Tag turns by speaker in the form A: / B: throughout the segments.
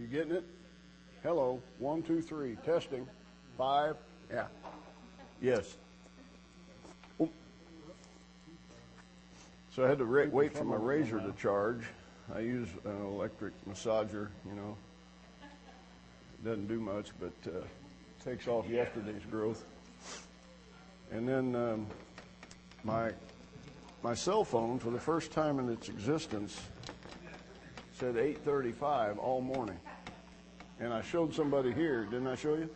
A: You getting it? Hello, one, two, three, testing, five, yeah, yes. Oh. So I had to ra- wait for my razor to charge. I use an electric massager, you know. Doesn't do much, but uh, takes off yesterday's growth. And then um, my my cell phone, for the first time in its existence, said 8:35 all morning. And I showed somebody here, didn't I show you?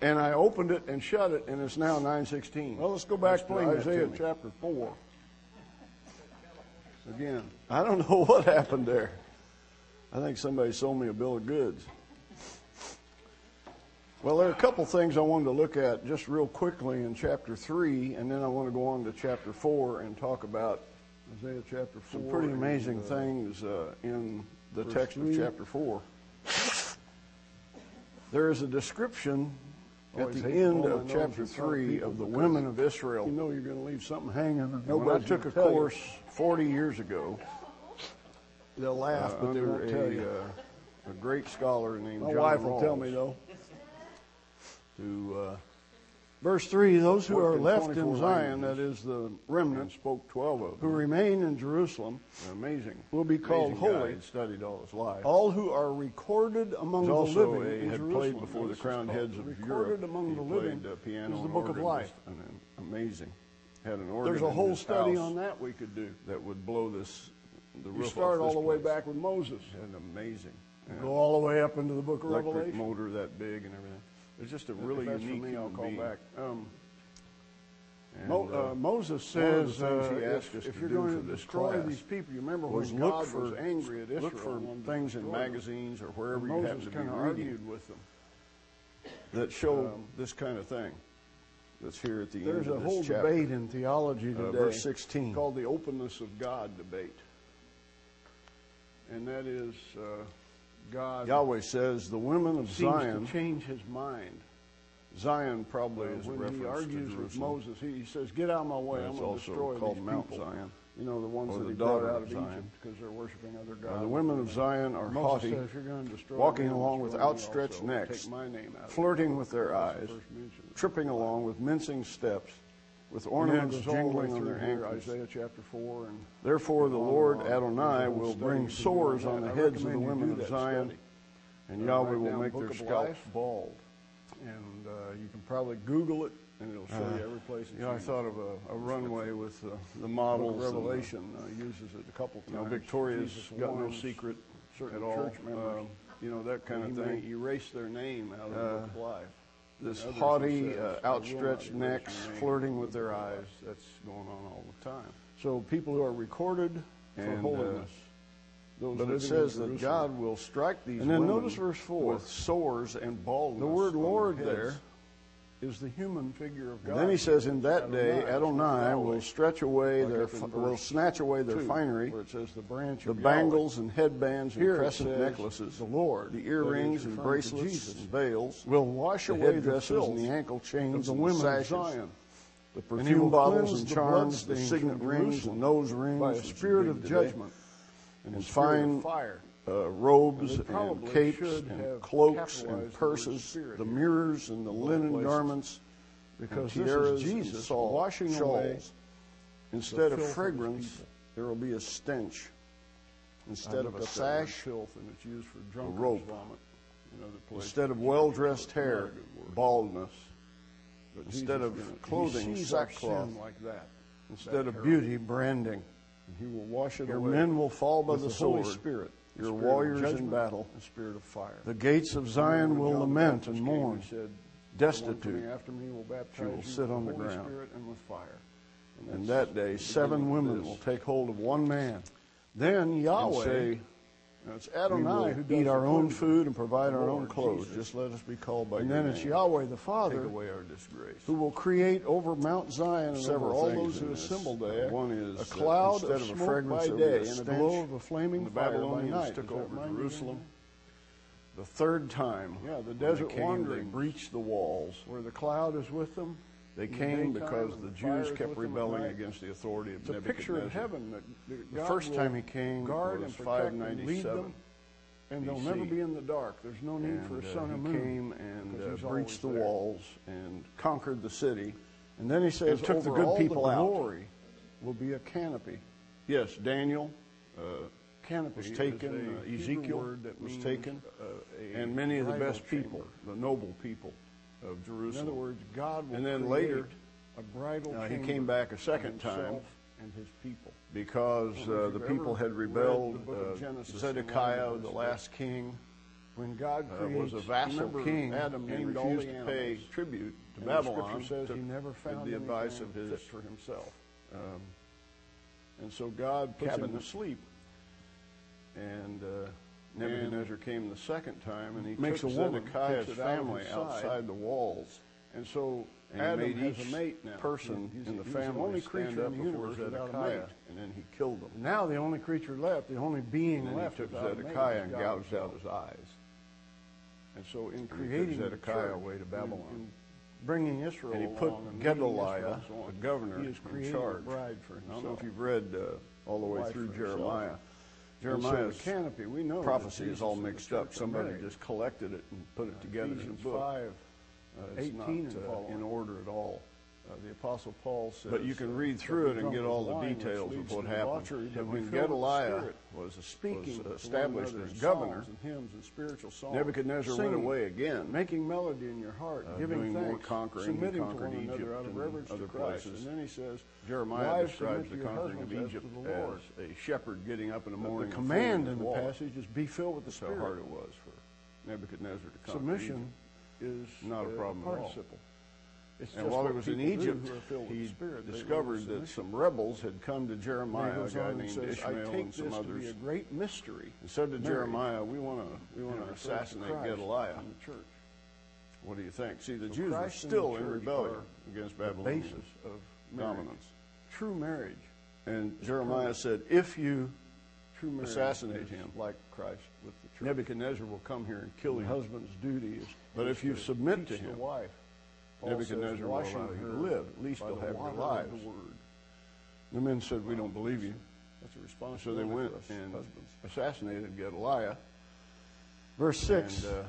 A: And I opened it and shut it, and it's now 9:16.
B: Well, let's go back to
A: Explain that to
B: Isaiah
A: me.
B: chapter 4. Again,
A: I don't know what happened there. I think somebody sold me a bill of goods. Well, there are a couple things I wanted to look at just real quickly in chapter 3, and then I want to go on to chapter 4 and talk about
B: Isaiah chapter 4.
A: some pretty
B: and,
A: amazing
B: uh,
A: things uh, in the
B: verse
A: text of
B: three.
A: chapter 4. There is a description at
B: Always
A: the
B: hate to
A: end
B: pull my
A: of
B: nose
A: chapter
B: in front of
A: 3
B: people
A: of the
B: because
A: women of Israel.
B: You know you're going to leave something hanging. And
A: When I
B: nobody's
A: took a
B: gonna tell you.
A: course 40 years ago,
B: They'll laugh, but they
A: under
B: won't tell
A: a,
B: you.
A: uh, a great scholar named
B: My
A: John
B: wife will tell
A: Rawls,
B: me, though.
A: who uh,
B: Verse 3 Those who
A: Worked
B: are
A: in
B: left in
A: 24
B: Zion, that
A: languages.
B: is the
A: and
B: remnant,
A: spoke 12 of
B: who
A: them.
B: remain in Jerusalem,
A: Amazing.
B: will be called
A: amazing guy.
B: holy.
A: He Studied all his life.
B: all who are recorded among
A: He's
B: the
A: also
B: living.
A: a-
B: in
A: had
B: Jerusalem.
A: played before the
B: This is
A: crowned
B: called
A: heads of
B: recorded
A: Europe.
B: among
A: he
B: the living
A: played uh, piano
B: is the
A: and
B: book of
A: organ,
B: life.
A: just an- amazing. Had an organ.
B: There's a
A: in
B: whole
A: his
B: study
A: house
B: on that we could do.
A: that would blow this. The
B: You
A: roof
B: start
A: off
B: all
A: this
B: the way
A: place.
B: back with Moses.
A: An amazing. and
B: Go all the way up into the book of
A: electric
B: Revelation.
A: motor that big and everything. It's just a
B: If
A: really
B: that's for
A: unique
B: me, I'll
A: human
B: call
A: being.
B: back. Um,
A: And,
B: Mo-
A: uh,
B: uh, Moses
A: one of the
B: says,
A: things
B: uh,
A: he asked
B: if,
A: us
B: if
A: to
B: you're
A: do
B: going
A: for
B: to
A: this
B: destroy
A: class
B: these people, you remember
A: was
B: when
A: look
B: God
A: for
B: was angry at Israel.
A: look for
B: and wanted to
A: things in
B: destroy them.
A: magazines or wherever you happen
B: Moses
A: to be
B: kind of
A: reading
B: argued with them. Um,
A: that show this kind of thing. That's here at the
B: There's
A: end of
B: a
A: this
B: whole
A: chapter.
B: debate in theology
A: Uh,
B: today.
A: verse 16.
B: Called the openness of God debate. And that is uh, God
A: Yahweh says the women of
B: seems
A: Zion.
B: to change his mind.
A: Zion probably
B: Uh,
A: is a
B: when
A: reference
B: he argues
A: to
B: with
A: Jerusalem.
B: Moses, he, he says, "Get out of my way!
A: That's
B: I'm going to
A: also
B: destroy
A: called
B: these
A: Mount
B: people."
A: Zion.
B: You know the ones
A: Or
B: that
A: the
B: he
A: daughter
B: brought out
A: of
B: of
A: Zion.
B: Egypt because they're worshiping other gods.
A: Uh, the women of Zion are
B: Moses
A: haughty,
B: says, "You're gonna destroy
A: walking
B: them,
A: along
B: destroy
A: with
B: me
A: outstretched
B: also. Take
A: necks,
B: my name out of it."
A: flirting with their
B: That's the
A: eyes,
B: first mention.
A: tripping along with mincing steps, with
B: And then it
A: ornaments
B: goes all the way
A: jingling on
B: through
A: their
B: here,
A: ankles.
B: Isaiah chapter four and
A: Therefore, the
B: and on and
A: Lord
B: on.
A: Adonai
B: There's a whole
A: will
B: study you
A: bring
B: can do
A: sores
B: on
A: on
B: that.
A: the
B: I
A: heads of the
B: recommend you
A: women
B: do
A: of
B: that
A: Zion,
B: study.
A: and
B: Uh,
A: Yahweh
B: write
A: will
B: down
A: make
B: Book
A: their
B: of
A: scalps
B: Life.
A: bald.
B: and uh, you can probably Google it and it'll show
A: Uh,
B: you every place. it's
A: You know, I
B: used.
A: thought of a, a runway with uh, the
B: Book of
A: models. and, uh,
B: Revelation uh, uses it a couple times.
A: You know, Victoria's
B: Jesus
A: got no
B: warns
A: secret
B: certain
A: at all.
B: church members.
A: Um, you know, that kind
B: he
A: of
B: may
A: thing. Uh,
B: erase their name out of the book of life.
A: this
B: Others
A: haughty,
B: says, "I
A: uh,
B: will not
A: outstretched
B: erase
A: necks,
B: your name."
A: flirting with their eyes. That's going on all the time.
B: So people who are recorded for
A: And, uh,
B: holiness. those
A: But
B: living in
A: it says that
B: Jerusalem.
A: God will strike these
B: And then
A: women
B: notice verse four.
A: with sores and baldness.
B: The word
A: on their
B: Lord
A: heads.
B: there is the human figure of God.
A: And then he says, "In that day, Adonai will stretch away
B: Like
A: their,
B: up in
A: fi-
B: verse
A: will snatch away their
B: Two,
A: finery,
B: where it says the branch,
A: the
B: of Yahweh.
A: bangles and headbands and
B: Here it
A: crescent
B: says,
A: necklaces,
B: the Lord,
A: the
B: that
A: earrings
B: is
A: and
B: referring to
A: bracelets
B: Jesus,
A: and veils,
B: will wash
A: the
B: away the
A: headdresses
B: filth
A: and the ankle chains
B: of the
A: and the
B: women
A: sashes,
B: of Zion.
A: the
B: And he
A: perfume
B: will
A: bottles
B: cleanse
A: and
B: the
A: charms, the
B: bloodstains
A: signet
B: from
A: rings and
B: Jerusalem
A: nose rings,
B: by a
A: which is
B: spirit
A: big
B: of
A: today,
B: judgment
A: and,
B: and spirit of
A: fine
B: fire.
A: uh, robes
B: And they
A: and,
B: probably
A: capes
B: should
A: and
B: have
A: cloaks
B: capitalized the
A: and
B: word
A: purses,
B: spirit
A: the
B: here.
A: mirrors and the linen
B: places.
A: garments,
B: Because
A: and
B: this
A: tiaras
B: is
A: and
B: Jesus
A: saw-
B: washing
A: shawls.
B: away.
A: Instead
B: filth of
A: of
B: his
A: fragrance,
B: people.
A: there will be a stench.
B: I
A: Instead of
B: looked
A: a
B: up that word
A: sash,
B: filth, and it's used for drunkard's
A: rope.
B: vomit in other places.
A: instead of well-dressed hair,
B: Not a good word.
A: baldness.
B: But
A: instead
B: Jesus
A: of
B: didn't. He
A: clothing,
B: sees our
A: sackcloth.
B: sin like that.
A: Instead
B: That
A: of
B: terrible.
A: beauty, branding.
B: And He will wash it
A: Your
B: away.
A: men will fall by
B: with
A: the
B: Holy
A: sword,
B: Spirit, the
A: your
B: spirit of
A: warriors in
B: judgment,
A: battle.
B: the spirit of fire.
A: The gates of Zion will lament and mourn. destitute.
B: Destitute. After me will baptize
A: will
B: you with
A: sit on the
B: Holy
A: ground.
B: Spirit and with fire.
A: And
B: that's
A: that day,
B: the
A: seven
B: beginning of
A: women
B: this.
A: will take hold of one man.
B: Then
A: Yahweh,
B: Yahweh,
A: say,
B: now it's
A: we
B: Adonai who
A: will
B: does
A: eat our
B: the
A: own
B: cleansing.
A: food and provide
B: The
A: our own
B: Lord
A: clothes.
B: Jesus.
A: Just let us be called by
B: And
A: your
B: then
A: name.
B: it's Yahweh the
A: Take
B: Father
A: away our disgrace.
B: who will create over Mount Zion and over
A: Several
B: all
A: things
B: those
A: in
B: who
A: this.
B: assemble
A: Uh,
B: there
A: one is
B: a
A: that
B: cloud
A: instead
B: of
A: of a
B: smoke
A: fragrance,
B: by
A: there will be a
B: day and a
A: stench.
B: glow of a flaming
A: The
B: fire by
A: Babylonians
B: night. Does
A: took
B: that
A: over
B: remind you of
A: Jerusalem.
B: anything?
A: The third time,
B: Yeah, the
A: when
B: desert
A: they came,
B: wanderings.
A: they breached the walls.
B: Where the cloud is with them.
A: They
B: in the
A: came
B: daytime,
A: because
B: and
A: the
B: fire
A: Jews
B: is
A: kept
B: with them at
A: rebelling
B: night.
A: against the authority of
B: It's a picture
A: Nebuchadnezzar.
B: of heaven that, that
A: The
B: God
A: first
B: will
A: time he came
B: guard
A: was
B: and protect and lead
A: 597.
B: them
A: And they'll never
B: BC.
A: be in the dark. There's no need for
B: And,
A: a
B: uh,
A: sun
B: he
A: and moon.
B: came
A: and
B: because
A: uh,
B: he's
A: breached
B: always
A: the
B: there.
A: walls and conquered the city. And then he says,
B: took
A: over
B: the good
A: all
B: people
A: the
B: out."
A: glory will be a canopy. Yes, Daniel uh, canopy was
B: is
A: taken.
B: a
A: uh,
B: Hebrew
A: Ezekiel
B: word that
A: was
B: means,
A: taken,
B: uh, a
A: and many of the
B: bridal
A: best people,
B: chamber.
A: the noble people of
B: In
A: Jerusalem.
B: other words, God will
A: And then
B: create
A: later,
B: a bridal
A: uh, he
B: chamber
A: came back a
B: for
A: second time.
B: himself and his people.
A: because uh,
B: Well, if
A: the
B: you've ever
A: people had
B: read
A: rebelled.
B: the book of
A: uh,
B: Genesis,
A: Zedekiah,
B: a lot of
A: the
B: those
A: last king,
B: When God
A: uh,
B: creates,
A: was a vassal
B: remember
A: king
B: Adam
A: and
B: named all
A: refused
B: the
A: to
B: animals.
A: pay tribute to
B: and
A: Babylon.
B: The scripture says
A: took-
B: he never
A: with
B: found
A: the advice of
B: anything
A: his, um,
B: fit for himself.
A: and so God puts
B: Cabin.
A: him to sleep. And uh, Nebuchadnezzar came the second time, and he
B: Makes
A: took
B: a woman,
A: Zedekiah's
B: puts it out of
A: family
B: his side.
A: outside the walls.
B: And so
A: And he
B: Adam
A: made
B: has
A: each
B: a mate now.
A: person
B: He's-
A: in the
B: he's
A: family
B: the only
A: stand
B: creature
A: up
B: in the
A: before
B: universe without a
A: Zedekiah,
B: mate.
A: and then he killed them.
B: Now the only creature left, the only being
A: And then
B: left
A: he took
B: without a mate
A: Zedekiah
B: is
A: and
B: God
A: gouged
B: himself.
A: out his eyes.
B: And so in
A: took
B: creating the
A: Zedekiah
B: church,
A: away to
B: in-
A: Babylon.
B: in bringing Israel
A: And he put
B: along and leading
A: Gedaliah,
B: Israel along,
A: the governor,
B: he has
A: in
B: created
A: charge.
B: a bride for
A: I don't know if
B: himself.
A: you've read uh, all the way
B: Wife
A: through
B: for himself.
A: Jeremiah.
B: And so the
A: Jeremiah's
B: canopy, we know that
A: prophecy
B: Jesus
A: is all
B: and the
A: mixed
B: church
A: up.
B: are
A: Somebody
B: married.
A: just collected it and put it together in a
B: Ephesians
A: book.
B: 5,
A: Uh, it's
B: 18
A: not
B: and
A: uh,
B: following.
A: in order at all.
B: Uh, the Apostle Paul says,
A: But you
B: uh,
A: can read
B: that
A: through
B: the
A: it and
B: drunk
A: get
B: with
A: all the
B: wine, which
A: debils of
B: leads
A: what
B: to
A: happened.
B: debauchery, but
A: And when
B: be filled with the
A: Gedaliah
B: Spirit,
A: was
B: speaking
A: was
B: to one
A: established
B: another
A: as
B: in
A: governor,
B: psalms and hymns and spiritual songs,
A: Nebuchadnezzar went
B: singing,
A: away again.
B: making melody in your heart,
A: Uh,
B: giving
A: doing more
B: thanks,
A: conquering. He
B: submitting to
A: conquered
B: one another
A: Egypt
B: out of
A: and
B: reverence
A: other
B: to Christ.
A: places.
B: And then he says,
A: Jeremiah
B: "Wives,
A: describes
B: submit
A: the
B: to your
A: conquering of
B: husbands as to
A: Egypt
B: the Lord."
A: as a shepherd getting up in the
B: The-
A: morning.
B: the
A: and
B: command
A: folding
B: in
A: his
B: the
A: wall.
B: passage is be filled with the
A: That's how
B: Spirit.
A: hard it was for Nebuchadnezzar to conquer
B: Submission
A: Egypt.
B: is
A: Not a
B: uh,
A: problem at all.
B: participle. It's
A: And
B: just
A: while he
B: what
A: was in
B: people do
A: Egypt,
B: who are filled with
A: he
B: the Spirit. They live in
A: discovered that
B: submission.
A: some rebels had come to
B: And he
A: Jeremiah, a
B: goes on
A: guy
B: and
A: named
B: says,
A: Ishmael
B: I take
A: and
B: this
A: some
B: to be a
A: others,
B: great mystery.
A: and said to
B: Mary,
A: Jeremiah, "We want to, we
B: and
A: want to
B: refers to
A: assassinate
B: Christ
A: Gedaliah.
B: in the church.
A: What do you think?" See, the
B: So
A: Jews were
B: Christ and
A: still
B: the
A: in
B: church
A: rebellion
B: are
A: against
B: the
A: Babylonian
B: basis of marriage.
A: dominance,
B: True marriage,
A: and Jeremiah said, "If you
B: true marriage
A: assassinate
B: is
A: him,
B: like Christ with the church.
A: Nebuchadnezzar will come here and kill
B: The
A: him."
B: husband's duty is.
A: But
B: is
A: if you
B: to
A: submit
B: teach
A: to
B: the
A: him,
B: wife, Paul says,
A: Nebuchadnezzar will
B: washing
A: allow you to
B: her
A: live. At least
B: by
A: you'll
B: the
A: have your
B: water of
A: lives.
B: The word.
A: The men said, "We don't believe you."
B: That's a
A: So they
B: responsibility
A: went
B: for us
A: and
B: husbands.
A: assassinated Gedaliah.
B: Verse six.
A: And, uh,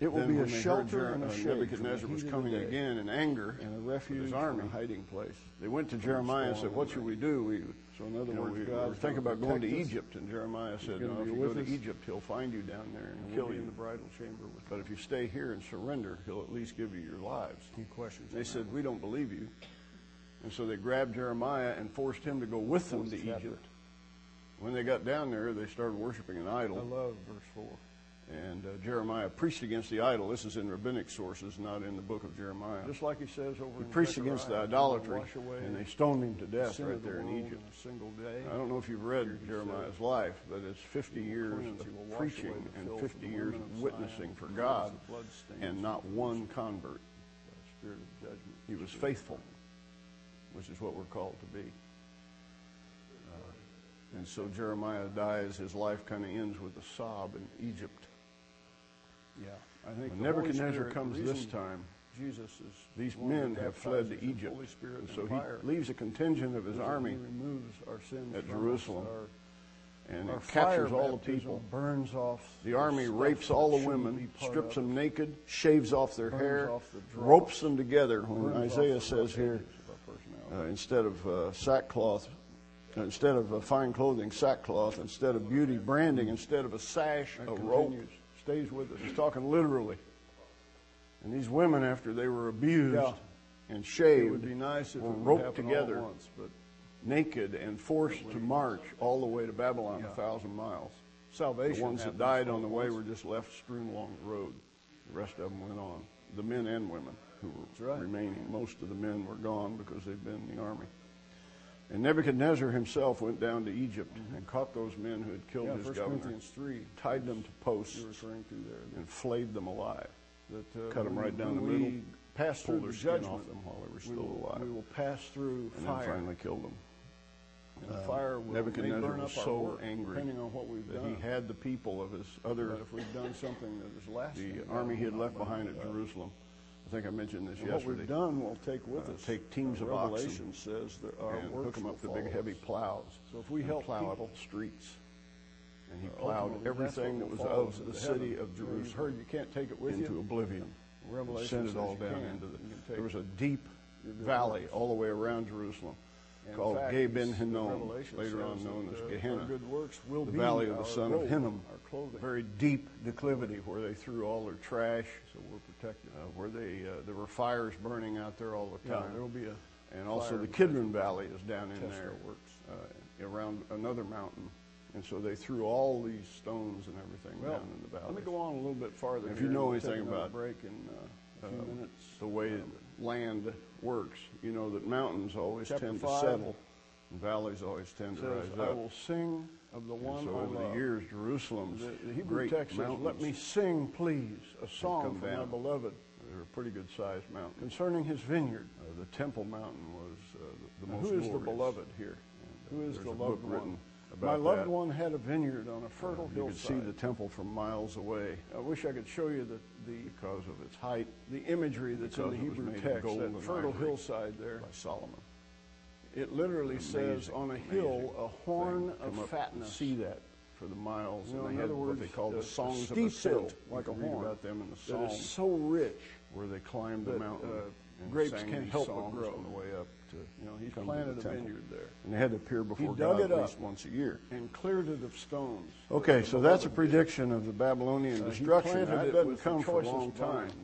B: it will
A: then
B: be
A: when
B: a
A: they heard
B: shelter
A: Jer-
B: and
A: uh,
B: a shade from the
A: Nebuchadnezzar was
B: heat of the
A: coming
B: day,
A: again in anger
B: and a
A: with
B: refuge
A: his army.
B: and a hiding place.
A: They went to Jeremiah and said,
B: storm
A: "What
B: and
A: should we do? We,
B: So in other
A: you know,
B: words,
A: we,
B: God's
A: we're thinking
B: gonna
A: about going to
B: protect us.
A: Egypt." And Jeremiah said,
B: gonna
A: "No, if
B: be
A: you go
B: with
A: to
B: us.
A: Egypt, he'll find you down there and,
B: And
A: kill
B: we'll be
A: you.
B: in the bridal chamber with
A: But if you stay here and surrender, he'll at least give you your lives."
B: any questions.
A: They said, "We don't believe you," and so they grabbed Jeremiah and forced him to go with them
B: Fourth
A: to
B: chapter.
A: Egypt. When they got down there, they started worshiping an
B: I
A: idol.
B: love verse four.
A: And uh, Jeremiah preached against the idol. This is in rabbinic sources, not in the book of Jeremiah.
B: Just like he says over.
A: He
B: in
A: preached against the
B: Zechariah,
A: idolatry,
B: wash away
A: and they stoned him to
B: the
A: death
B: sin of
A: right
B: the
A: there in
B: world
A: Egypt.
B: a single day.
A: I don't know if you've read
B: said,
A: Jeremiah's life, but it's 50
B: will
A: years
B: cleanse, he will
A: of
B: wash
A: preaching
B: away the
A: and
B: filth of
A: 50
B: the
A: years
B: women
A: of
B: of
A: witnessing
B: Zion,
A: for
B: and
A: God,
B: the blood stains
A: and
B: of
A: not
B: the
A: one convert.
B: the Spirit of judgment.
A: He was faithful, which is what we're called to be. Uh, and so Jeremiah dies. His life kind of ends with a sob in Egypt.
B: Yeah, I think
A: When
B: the Holy
A: Nebuchadnezzar
B: Spirit,
A: comes
B: the
A: this
B: reason
A: time,
B: Jesus is
A: These
B: one
A: men
B: that
A: have fled to
B: baptizes with the
A: Egypt,
B: Holy Spirit
A: and
B: and
A: so
B: fire.
A: he leaves a contingent of his
B: is that
A: army
B: He removes our sins
A: at
B: from us.
A: Jerusalem and
B: Our, our
A: it captures
B: fire
A: all the
B: baptism
A: people.
B: Burns off
A: The army
B: stuff
A: rapes
B: that
A: all the
B: shouldn't be
A: women,
B: part
A: strips
B: of
A: them naked, shaves off their
B: Burns
A: hair,
B: off the dross.
A: ropes them together. When
B: Burns off
A: Isaiah
B: the
A: says
B: rough
A: here,
B: edges of our personality.
A: uh, instead of uh, sackcloth, uh, instead of uh, fine clothing, sackcloth, instead of beauty, branding, instead of a sash,
B: That
A: a rope.
B: continues, stays with us.
A: He's talking literally. And these women, after they were abused
B: Yeah.
A: and
B: It
A: shaved,
B: would be nice if
A: were
B: it would
A: roped
B: happen
A: together.
B: all at once, but
A: naked and forced to march all the way to Babylon,
B: Yeah.
A: a thousand miles.
B: salvation.
A: The ones that
B: happens
A: died
B: all
A: on the
B: at
A: way
B: once.
A: were just left strewn along the road. The rest of them went on, the men and women who were
B: right.
A: remaining. Most of the men were gone because they'd been in the army. And Nebuchadnezzar himself went down to Egypt and caught those men who had killed
B: Mm-hmm. Yeah,
A: his
B: 1
A: governor,
B: Corinthians three.
A: tied them to posts,
B: You're referring to there.
A: and flayed them alive.
B: that uh,
A: Cut 'em
B: when-
A: right down
B: when
A: the middle,
B: we Pass
A: pull
B: through
A: their
B: the
A: skin off
B: judgment.
A: them while they were
B: we
A: still
B: will-
A: alive.
B: We will pass through
A: And then
B: fire.
A: finally killed them.
B: And fire will may
A: Nebuchadnezzar
B: burn
A: was
B: up our
A: so
B: work,
A: angry
B: depending on what we've
A: that
B: done.
A: he had the people of his other
B: but if we've done something that is lasting,
A: the
B: God
A: army he had
B: will not
A: left
B: let
A: behind
B: it
A: at
B: go.
A: Jerusalem. I think I mentioned this
B: And what
A: yesterday.
B: we've done, we'll take with
A: Uh,
B: us.
A: take teams
B: Uh,
A: of oxen
B: Revelation says that our
A: and
B: works
A: hook them up
B: will
A: to big
B: follow
A: heavy
B: us.
A: plows.
B: So if we
A: and
B: help
A: plow
B: people-
A: up the streets and he plowed
B: ultimately, that's
A: everything that
B: what
A: was
B: will fall
A: of
B: into
A: the city
B: heaven.
A: of
B: You know, you've
A: Jerusalem
B: heard you can't take it with
A: into
B: you.
A: oblivion.
B: Revelation
A: Sent it
B: says
A: all
B: you
A: down
B: can.
A: into the,
B: You can take
A: there was
B: it.
A: a deep valley all the way around Jerusalem
B: And in
A: called
B: fact,
A: Gaben
B: it's- the
A: Hinnom,
B: Revelation
A: later
B: says
A: on known
B: that,
A: as
B: uh, our
A: Gehenna,
B: good works will
A: the
B: be
A: valley of
B: our
A: the son of
B: robe,
A: Hinnom,
B: our clothing.
A: very deep declivity where they threw all their trash,
B: So we're protected.
A: uh, where they, uh, there were fires burning out there all the
B: Yeah,
A: time.
B: there will be a
A: And also
B: fire
A: the
B: in Tesla.
A: Kidron Valley is down in
B: Tesla
A: there.
B: works.
A: Uh, around another mountain. And so they threw all these stones and everything
B: Well,
A: down in the valley.
B: let me go on a little bit farther.
A: If
B: here
A: you know
B: and we'll take
A: anything
B: another
A: about
B: break in uh, a few
A: uh,
B: minutes.
A: the way land works, you know that mountains always
B: Chapter
A: tend to
B: five
A: settle, and valleys always tend to
B: says,
A: rise
B: "I
A: up.
B: will sing of the
A: And
B: one I
A: so over
B: love."
A: the years, Jerusalem's
B: The, the Hebrew
A: great
B: text says,
A: mountains,
B: "Let me sing, please, a
A: come
B: song for my
A: down.
B: beloved
A: they're a pretty good-sized mountain.
B: concerning His vineyard."
A: Uh, the Temple Mountain was uh, the, the
B: Now,
A: most
B: who is the
A: glorious.
B: beloved here?
A: And,
B: Who
A: uh,
B: is
A: there's
B: the
A: a book
B: loved one?
A: written
B: My
A: about
B: loved
A: that. Uh,
B: one had a vineyard on a fertile
A: You could see
B: hillside.
A: the temple from miles away
B: I wish I could show you the the,
A: because of its height
B: the imagery that's in
A: Because
B: the
A: it was
B: Hebrew
A: made of
B: text.
A: gold
B: That
A: and
B: fertile
A: ivory.
B: hillside
A: by
B: there.
A: Solomon.
B: It literally says,
A: Amazing,
B: "On a
A: amazing
B: hill, a horn
A: thing. Come
B: of
A: up and
B: fatness."
A: See that for the miles,
B: You know,
A: and
B: in
A: they had
B: other words,
A: what they call
B: a-
A: the
B: a
A: songs of
B: steep hill,
A: ascent.
B: like a
A: you can read
B: horn
A: about them in the
B: that
A: Psalms,
B: is so rich.
A: where they climbed the
B: that,
A: mountain.
B: uh,
A: and
B: grapes
A: sang
B: can't
A: these
B: help but
A: songs
B: grow.
A: on the way up to
B: You know, he
A: come to
B: planted
A: the
B: a
A: temple.
B: vineyard there.
A: and they had to appear before
B: dug
A: God
B: it
A: at
B: up.
A: least once a year.
B: and cleared it of stones.
A: Okay,
B: The
A: so that's a
B: beloved did.
A: prediction of the Babylonian
B: Uh, he
A: destruction.
B: planted
A: That
B: it
A: doesn't
B: with
A: come for a
B: choicest
A: long time.
B: vines.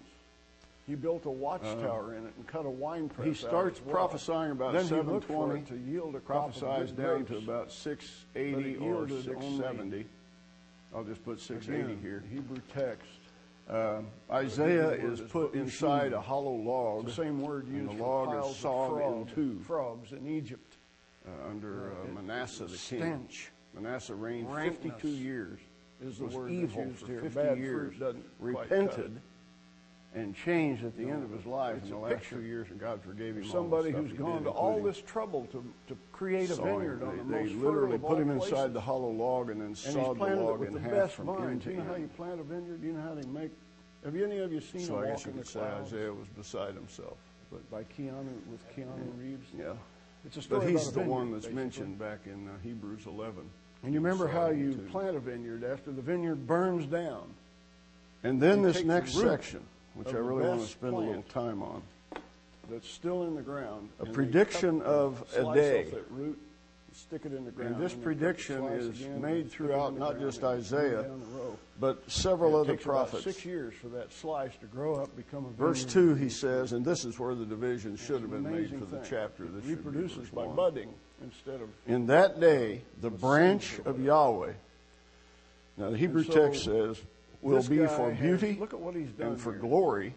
B: He built
A: Uh-huh.
B: a watchtower in it and cut a wine press.
A: He
B: out
A: starts
B: as well.
A: prophesying about
B: then he looked for
A: 720.
B: it to yield a crop of
A: prophesies
B: good
A: down to
B: grapes.
A: about 680
B: but
A: or
B: it yielded
A: 670. I'll just put 680
B: Again,
A: here.
B: Hebrew text.
A: Um, Isaiah
B: Hebrew word
A: is
B: is
A: put
B: bushin.
A: inside a hollow log.
B: The same word
A: and
B: used
A: the
B: for
A: log is
B: piles
A: sawed
B: of
A: in
B: frog,
A: two
B: frogs in Egypt.
A: uh, under uh,
B: it-
A: Manasseh the king.
B: stench.
A: Manasseh reigned
B: Rankness
A: 52 years.
B: is the
A: was
B: word that's
A: evil
B: used
A: for
B: here.
A: 50
B: Bad
A: years.
B: fruit doesn't quite cut it.
A: repented and changed at the end of his life
B: it's
A: in the
B: a
A: last
B: picture.
A: few years, and God forgave him. all the
B: Somebody
A: stuff
B: who's
A: he
B: gone
A: did,
B: to all
A: including
B: this trouble to, to create a
A: sawing.
B: vineyard on the
A: They,
B: most
A: they
B: fertile
A: literally
B: of
A: put him
B: all
A: inside
B: places.
A: the hollow log and then
B: And
A: sawed
B: he's planted
A: the log
B: it with
A: in
B: the
A: half
B: best
A: from end
B: vines.
A: to
B: Do you know how
A: end.
B: you plant a vineyard? Do you know how they make? Have any of you seen
A: so
B: a
A: I
B: walk
A: guess you
B: in the
A: could say
B: clouds?
A: Isaiah was beside himself.
B: But by Keanu with Keanu Reeves.
A: Yeah.
B: It's a story
A: But he's
B: about a
A: the
B: vineyard,
A: one that's
B: basically.
A: mentioned back in uh, Hebrews 11.
B: And you remember how
A: Sawed in
B: you
A: two.
B: plant a vineyard after the vineyard burns down.
A: And then
B: you
A: this
B: take the
A: next
B: root
A: section, which I
B: of the
A: really want to
B: best
A: spend a little
B: plant.
A: time on.
B: That's still in the ground.
A: A
B: and they
A: prediction
B: cut-
A: of a
B: slice off
A: day.
B: that root, stick it in the ground.
A: And this
B: then cut the
A: prediction
B: slice
A: is
B: again, stick it in
A: made
B: the
A: throughout
B: ground,
A: not just
B: and then
A: Isaiah,
B: down the row.
A: but several
B: It
A: other
B: takes about
A: prophets.
B: six years for that slice to grow up, become a
A: Verse
B: vineyard.
A: 2, he says, and this is where the division should
B: Mm. It's
A: have
B: an
A: been made
B: amazing
A: for the
B: thing.
A: chapter.
B: It
A: This should be
B: reproduces
A: verse
B: by
A: one.
B: budding instead of.
A: In that day, the branch
B: seed or
A: of Yahweh, now the Hebrew
B: so
A: text says, will
B: This
A: be
B: guy
A: for
B: has-
A: beauty
B: Look at what he's done.
A: and for
B: here.
A: glory,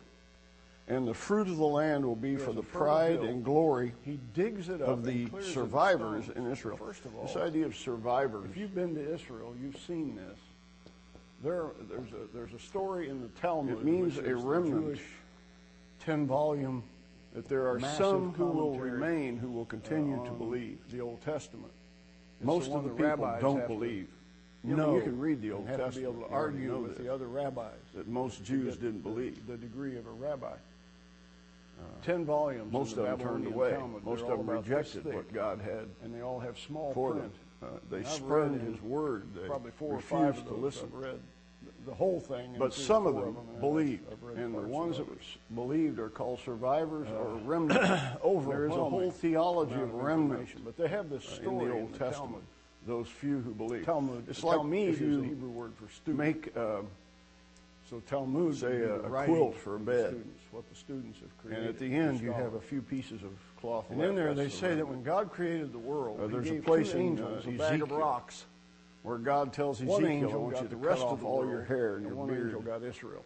A: and the fruit of the land will be
B: has
A: for
B: a
A: the
B: fertile
A: pride
B: hill.
A: and glory
B: He digs it up
A: of
B: and
A: the
B: clears it of
A: survivors
B: stones.
A: in Israel.
B: First of
A: This
B: all,
A: idea of survivors.
B: if you've been to Israel, you've seen this. There, there's a there's a story in the Talmud.
A: It means
B: which
A: a
B: is the
A: remnant.
B: Jewish ten-volume
A: that there are
B: Massive
A: some who will
B: commentary,
A: remain who will continue to
B: on
A: believe.
B: the Old Testament. It's
A: Um, Most
B: one
A: of the
B: that
A: people
B: rabbis
A: don't
B: have to-
A: believe.
B: You
A: no,
B: know,
A: you can read the
B: and
A: Old
B: have
A: Testament.
B: to be able to
A: You already
B: argue
A: know
B: with
A: this,
B: the other rabbis.
A: that most
B: to
A: Jews
B: get
A: didn't
B: the-
A: believe. Uh,
B: the degree of a rabbi. Ten volumes.
A: Most
B: in
A: of
B: the
A: them turned
B: Babylonian
A: away.
B: Talmud.
A: Most
B: They're
A: of them
B: all about this
A: rejected what
B: thick,
A: God had
B: and they all have small
A: for them.
B: print.
A: Uh, they
B: And I've
A: spurned
B: read in
A: His word. They
B: Probably four or
A: refused
B: five of
A: to
B: those
A: listen.
B: I've read the- the whole thing. and
A: But
B: three or
A: some of
B: four
A: them
B: I've-
A: believed,
B: I've read
A: and the
B: parts
A: ones
B: of
A: that
B: it.
A: s- believed are called survivors
B: Uh,
A: or remnant. there is a whole
B: overwhelming
A: theology
B: amount
A: of
B: of
A: remnant
B: information. But they have this story
A: in the
B: in
A: Old
B: the
A: Testament.
B: Talmud.
A: Those few who believe.
B: Talmud.
A: It's
B: the
A: like
B: Talmud
A: if
B: is
A: you
B: the Hebrew word for student.
A: make uh,
B: so Talmud
A: say,
B: would be
A: a-
B: the
A: a
B: writing
A: uh, quilt for a
B: the
A: bed.
B: Students, what the students have created.
A: and at the end you
B: for
A: have a
B: scholars.
A: few pieces of cloth.
B: And
A: left.
B: in there
A: That's
B: they
A: the
B: say that
A: remnant.
B: when God created the world,
A: Uh,
B: He
A: there's a
B: gave
A: place
B: two
A: in,
B: angels
A: uh,
B: a bag of
A: Ezekiel.
B: rocks.
A: where God tells
B: One
A: Ezekiel, I
B: angel
A: want
B: got
A: you to
B: the
A: cut
B: rest
A: off
B: of
A: all
B: the
A: your
B: world,
A: hair and your
B: one angel
A: beard,
B: got Israel.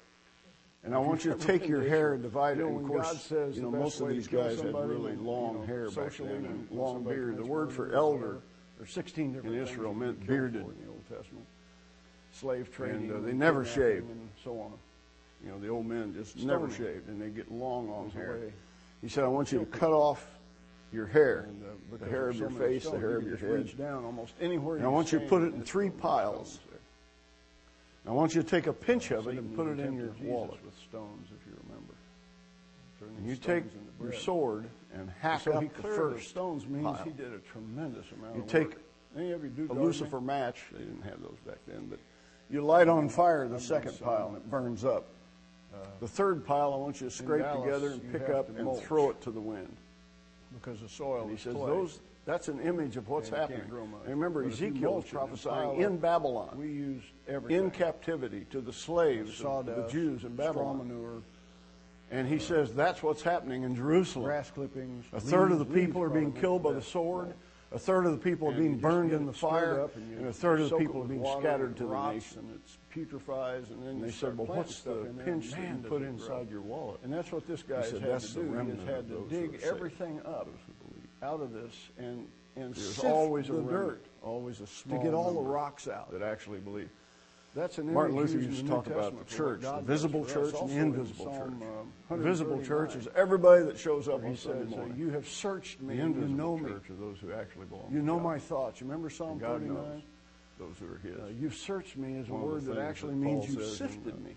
A: and I want you to take your hair and divide it.
B: You know,
A: And of
B: when
A: course,
B: God says
A: you know,
B: the best
A: most of
B: way to
A: these
B: kill
A: guys had
B: somebody,
A: really
B: you
A: long
B: know,
A: hair back
B: socially
A: then,
B: and
A: and long
B: somebody
A: beard. The
B: commits
A: word for
B: murder or
A: elder
B: whatever. There's 16 different
A: in
B: things
A: Israel
B: you
A: meant
B: can kill for
A: bearded.
B: in the Old Testament. Slave trading,
A: uh, they never
B: kidnapping,
A: shaved.
B: and so on.
A: You know, the old men just never
B: Stoning.
A: shaved, and they get long, long
B: Goes
A: hair.
B: away.
A: He said, I want you to cut off your hair,
B: And, uh,
A: the
B: because
A: hair of
B: so
A: your
B: many
A: face, the
B: stones,
A: hair
B: you
A: of
B: can
A: your
B: just
A: head.
B: Reach down almost anywhere.
A: And I want you to
B: stand
A: put it in
B: and there's
A: three
B: stones
A: piles.
B: there.
A: I want you to take a pinch of
B: So
A: it
B: you
A: and
B: can
A: put it in
B: tempt
A: your
B: Jesus
A: wallet.
B: with stones, if you remember. Turning
A: And you take
B: stones into
A: your
B: bread.
A: sword and hack
B: so
A: up
B: he
A: the
B: cleared the
A: first
B: stones means
A: pile.
B: he did a tremendous amount
A: You
B: of
A: take
B: work. Any of you do
A: a
B: gardening?
A: Lucifer match. They didn't have those back then, but you light on fire the second pile and it burns up. The third pile, I want you to scrape
B: Dallas,
A: together and
B: you
A: pick
B: have
A: up
B: to
A: and
B: mulch.
A: throw it to the wind.
B: Because the soil
A: He
B: is
A: says
B: clay.
A: those. That's an image of what's
B: And it can't
A: happening.
B: grow much.
A: And remember,
B: But if you
A: Ezekiel was
B: mulch it and pile
A: prophesying
B: it,
A: in Babylon,
B: We use everything.
A: in captivity to the slaves, of
B: Sawdust,
A: the Jews in Babylon.
B: straw manure,
A: And he says that's what's happening in Jerusalem.
B: grass clippings.
A: A third of the
B: leaves-
A: people are
B: leaves
A: being
B: probably
A: killed by the
B: that-
A: sword. A third of the people are
B: And you
A: being
B: just
A: burned
B: get
A: in
B: it
A: the
B: stirred
A: fire,
B: up you
A: and a third of the
B: soak it
A: people are
B: with
A: being
B: water,
A: scattered
B: it
A: to the
B: rots,
A: nation.
B: And it putrefies, and then
A: And
B: you
A: they
B: start
A: said, well,
B: planting
A: what's
B: stuff
A: the
B: in there, and
A: pinch that
B: man,
A: you
B: does
A: put
B: it grow.
A: inside your wallet?
B: And that's what this guy's
A: said,
B: had
A: "That's
B: to
A: the
B: do. He
A: remnant
B: has had
A: of
B: to
A: those who are
B: dig
A: saved,
B: everything up
A: those who believe."
B: out of this and, and
A: There's
B: sift
A: always a
B: the
A: remnant,
B: dirt
A: always a
B: to
A: small
B: get all the
A: number
B: rocks out.
A: that actually believe.
B: That's an
A: Martin
B: image
A: Luther
B: used
A: used
B: in
A: to
B: the
A: talk
B: New
A: about
B: Testament
A: the
B: for what
A: church, the
B: God does
A: visible
B: for us.
A: church and
B: Also
A: the
B: in
A: invisible
B: Psalm,
A: church.
B: um,
A: The visible church
B: 139,
A: is everybody that shows up
B: He
A: on Sunday
B: says, uh,
A: morning.
B: "You have searched
A: The
B: me. You know
A: invisible
B: me.
A: church are those who actually belong.
B: You
A: to
B: know
A: God.
B: my thoughts." You remember Psalm
A: And God
B: 39?
A: knows those who are His.
B: Uh, you've searched me is a
A: One of the
B: word that
A: things
B: actually
A: that
B: means
A: Paul
B: you've
A: says in,
B: sifted
A: uh,
B: me.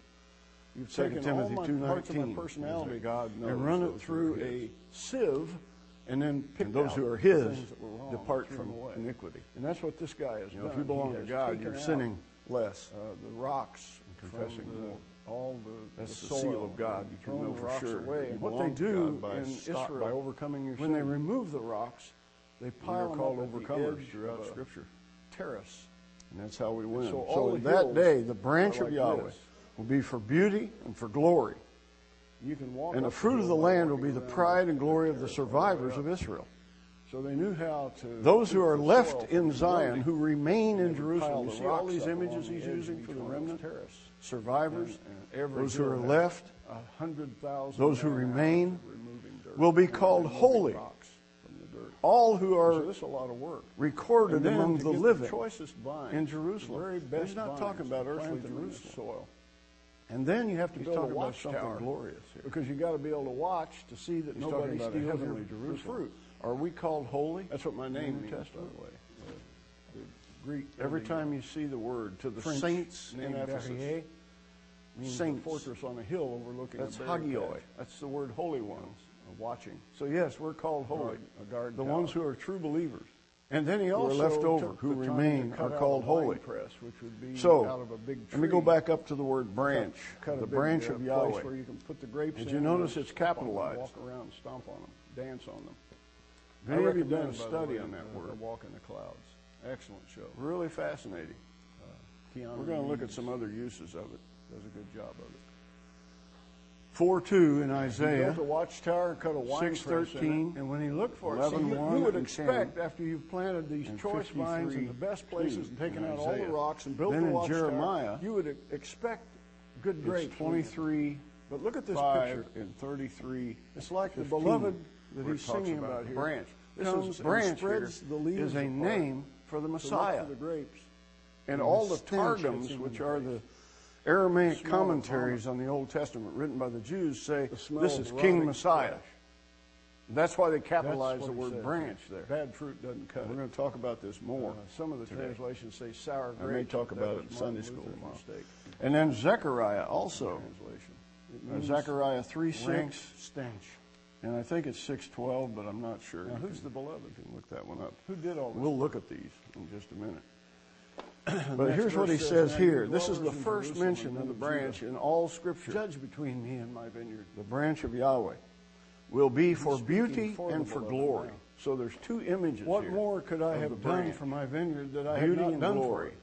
B: You've
A: 2
B: taken all
A: Timothy
B: my
A: 2:19
B: parts of
A: is
B: my
A: that
B: personality
A: God knows
B: and run
A: those who
B: it
A: are
B: through
A: His.
B: a sieve, and then pick
A: and those who are His depart from iniquity.
B: And that's what this guy has
A: You know, if
B: done.
A: you belong
B: He
A: to
B: has
A: God,
B: taken
A: you're
B: out,
A: sinning less.
B: uh, the rocks,
A: and confessing
B: from the,
A: more.
B: all the
A: That's
B: the,
A: the seal
B: soil
A: of God.
B: and
A: You can
B: thrown
A: know
B: the
A: for
B: rocks
A: sure that
B: Away.
A: you
B: And what
A: belong
B: they
A: to
B: do
A: God by
B: in
A: stop- by
B: Israel
A: overcoming your
B: when they
A: sin.
B: remove the rocks, they
A: We are
B: pile
A: called
B: them up at the
A: overcomers
B: edge
A: throughout
B: of a
A: Scripture.
B: Terrace.
A: And that's how we win.
B: so
A: So,
B: all the
A: that
B: hills
A: day, the branch
B: are
A: of
B: like
A: Yahweh
B: this.
A: will be for beauty and for glory.
B: You can walk.
A: And the
B: up
A: fruit of
B: hill
A: the
B: by
A: land will
B: walking
A: be the
B: around
A: pride and glory of the
B: terrace all way
A: survivors
B: up.
A: of Israel.
B: So they knew how to.
A: Those who
B: keep
A: are
B: the soil
A: left
B: from
A: in Zion,
B: eroding.
A: who remain
B: And they
A: in
B: would pile
A: Jerusalem. You
B: the
A: see all
B: rocks
A: these
B: up
A: images
B: along
A: he's
B: the edge
A: using
B: of
A: for
B: each
A: the
B: one of those
A: remnant?
B: terrace.
A: Survivors,
B: And- and every
A: those who
B: hill
A: are
B: had
A: left,
B: a hundred thousand
A: those who
B: man hours of
A: remain
B: removing dirt
A: will be
B: and
A: called
B: removing
A: holy.
B: rocks from the dirt.
A: all who
B: So
A: are
B: this is a lot of work.
A: recorded
B: And then
A: among
B: to
A: the
B: get
A: living.
B: choicest vines,
A: in
B: the
A: Jerusalem.
B: very
A: He's
B: best
A: not
B: vines,
A: talking about
B: plant
A: earthly
B: them in the
A: Jerusalem.
B: soil.
A: And then you have to
B: He's
A: build
B: talking
A: a
B: about
A: watchtower.
B: something glorious here. Because you got to be able to watch to see that
A: He's
B: nobody
A: talking about a
B: steals your,
A: heavenly
B: your
A: Jerusalem.
B: fruit.
A: Are we called holy?
B: That's what my
A: in the
B: name
A: New
B: means, by
A: Testament?
B: the way. The Greek.
A: Every
B: the
A: time you see the word to the
B: French
A: saints in
B: name
A: Ephesus,
B: Verrier means a
A: Saints.
B: fortress on a hill overlooking
A: that's
B: a buried
A: hagioi.
B: patch,
A: That's the word holy ones.
B: a watching.
A: So yes, we're called holy.
B: a guard
A: the
B: tower.
A: ones who are true believers. And then he
B: Who
A: also
B: are left over,
A: took the
B: who
A: time to
B: remain,
A: cut
B: are
A: out
B: called
A: a wine
B: holy.
A: press.
B: so,
A: So let me go back up to the word branch, the branch of Yahweh.
B: you can put the grapes
A: Did
B: Did
A: uh, you
B: you
A: notice
B: notice
A: it's
B: it's
A: capitalized?
B: capitalized? around, stomp on them, dance on them.
A: Have
B: I
A: you ever
B: recommend,
A: done a
B: by the
A: study
B: way,
A: on that
B: uh,
A: word?
B: The Walk in the Clouds. Excellent show.
A: Really fascinating.
B: Keanu
A: We're going to look at
B: Reeves
A: some other uses of it.
B: Does a good job of it.
A: 4 2 in
B: He
A: Isaiah.
B: built a watchtower, cut a wine press in
A: 6:13,
B: it, and when he looked for it, see, you,
A: 11:1
B: you would
A: and
B: expect
A: 10,
B: after you've planted these
A: and
B: choice vines in the
A: 53,
B: best places and taken
A: in
B: out all the
A: Isaiah.
B: rocks and built
A: Then
B: the
A: in
B: watchtower,
A: Jeremiah,
B: you would e- expect good grapes.
A: It's 23,
B: But look at this
A: 5,
B: picture.
A: and 33.
B: It's like the
A: 15,
B: beloved that
A: where it
B: he's
A: talks
B: singing about
A: the
B: here.
A: Branch. This
B: comes
A: is
B: and
A: branch
B: spreads
A: here
B: the leaves
A: is a
B: apart
A: name for the
B: to look
A: Messiah.
B: for the grapes.
A: and
B: And
A: all
B: the
A: the
B: stench that's
A: targums,
B: in
A: which
B: the
A: are the
B: place.
A: Aramaic
B: smell of
A: commentaries on the Old Testament written by the Jews, say
B: The smell
A: this
B: of
A: is King
B: rotting
A: Messiah.
B: flesh.
A: That's why they
B: That's
A: capitalize
B: what
A: the
B: he
A: word
B: says.
A: branch there.
B: Bad fruit doesn't cut
A: We're
B: it.
A: going to talk about this more.
B: Uh, some of the
A: today.
B: translations say sour
A: I
B: grapes.
A: may talk
B: but
A: about
B: that
A: it in
B: was
A: Sunday
B: Martin
A: school
B: Luther's
A: tomorrow.
B: mistake
A: And then Zechariah also.
B: translation. It
A: Uh,
B: means
A: Zechariah 3
B: rank
A: 6,
B: stench.
A: and I think it's 612, but I'm not sure.
B: Now,
A: You
B: who's
A: can-
B: the beloved?
A: You can look that one up.
B: Who did all this?
A: We'll look at these in just a minute. But
B: next
A: here's what he
B: verse says,
A: says
B: "Now you
A: here. This is the
B: dwellers in
A: first
B: Jerusalem
A: mention
B: and
A: of the
B: of Judah,
A: branch in all Scripture.
B: Judge between me and my vineyard.
A: the branch of Yahweh will be for
B: speaking
A: beauty
B: for
A: and
B: the
A: for
B: beloved
A: glory.
B: now.
A: So there's two images
B: What
A: here
B: more could I
A: of
B: have
A: the
B: done
A: branch.
B: for my vineyard that I have
A: beauty
B: not
A: and
B: done for
A: glory.
B: it?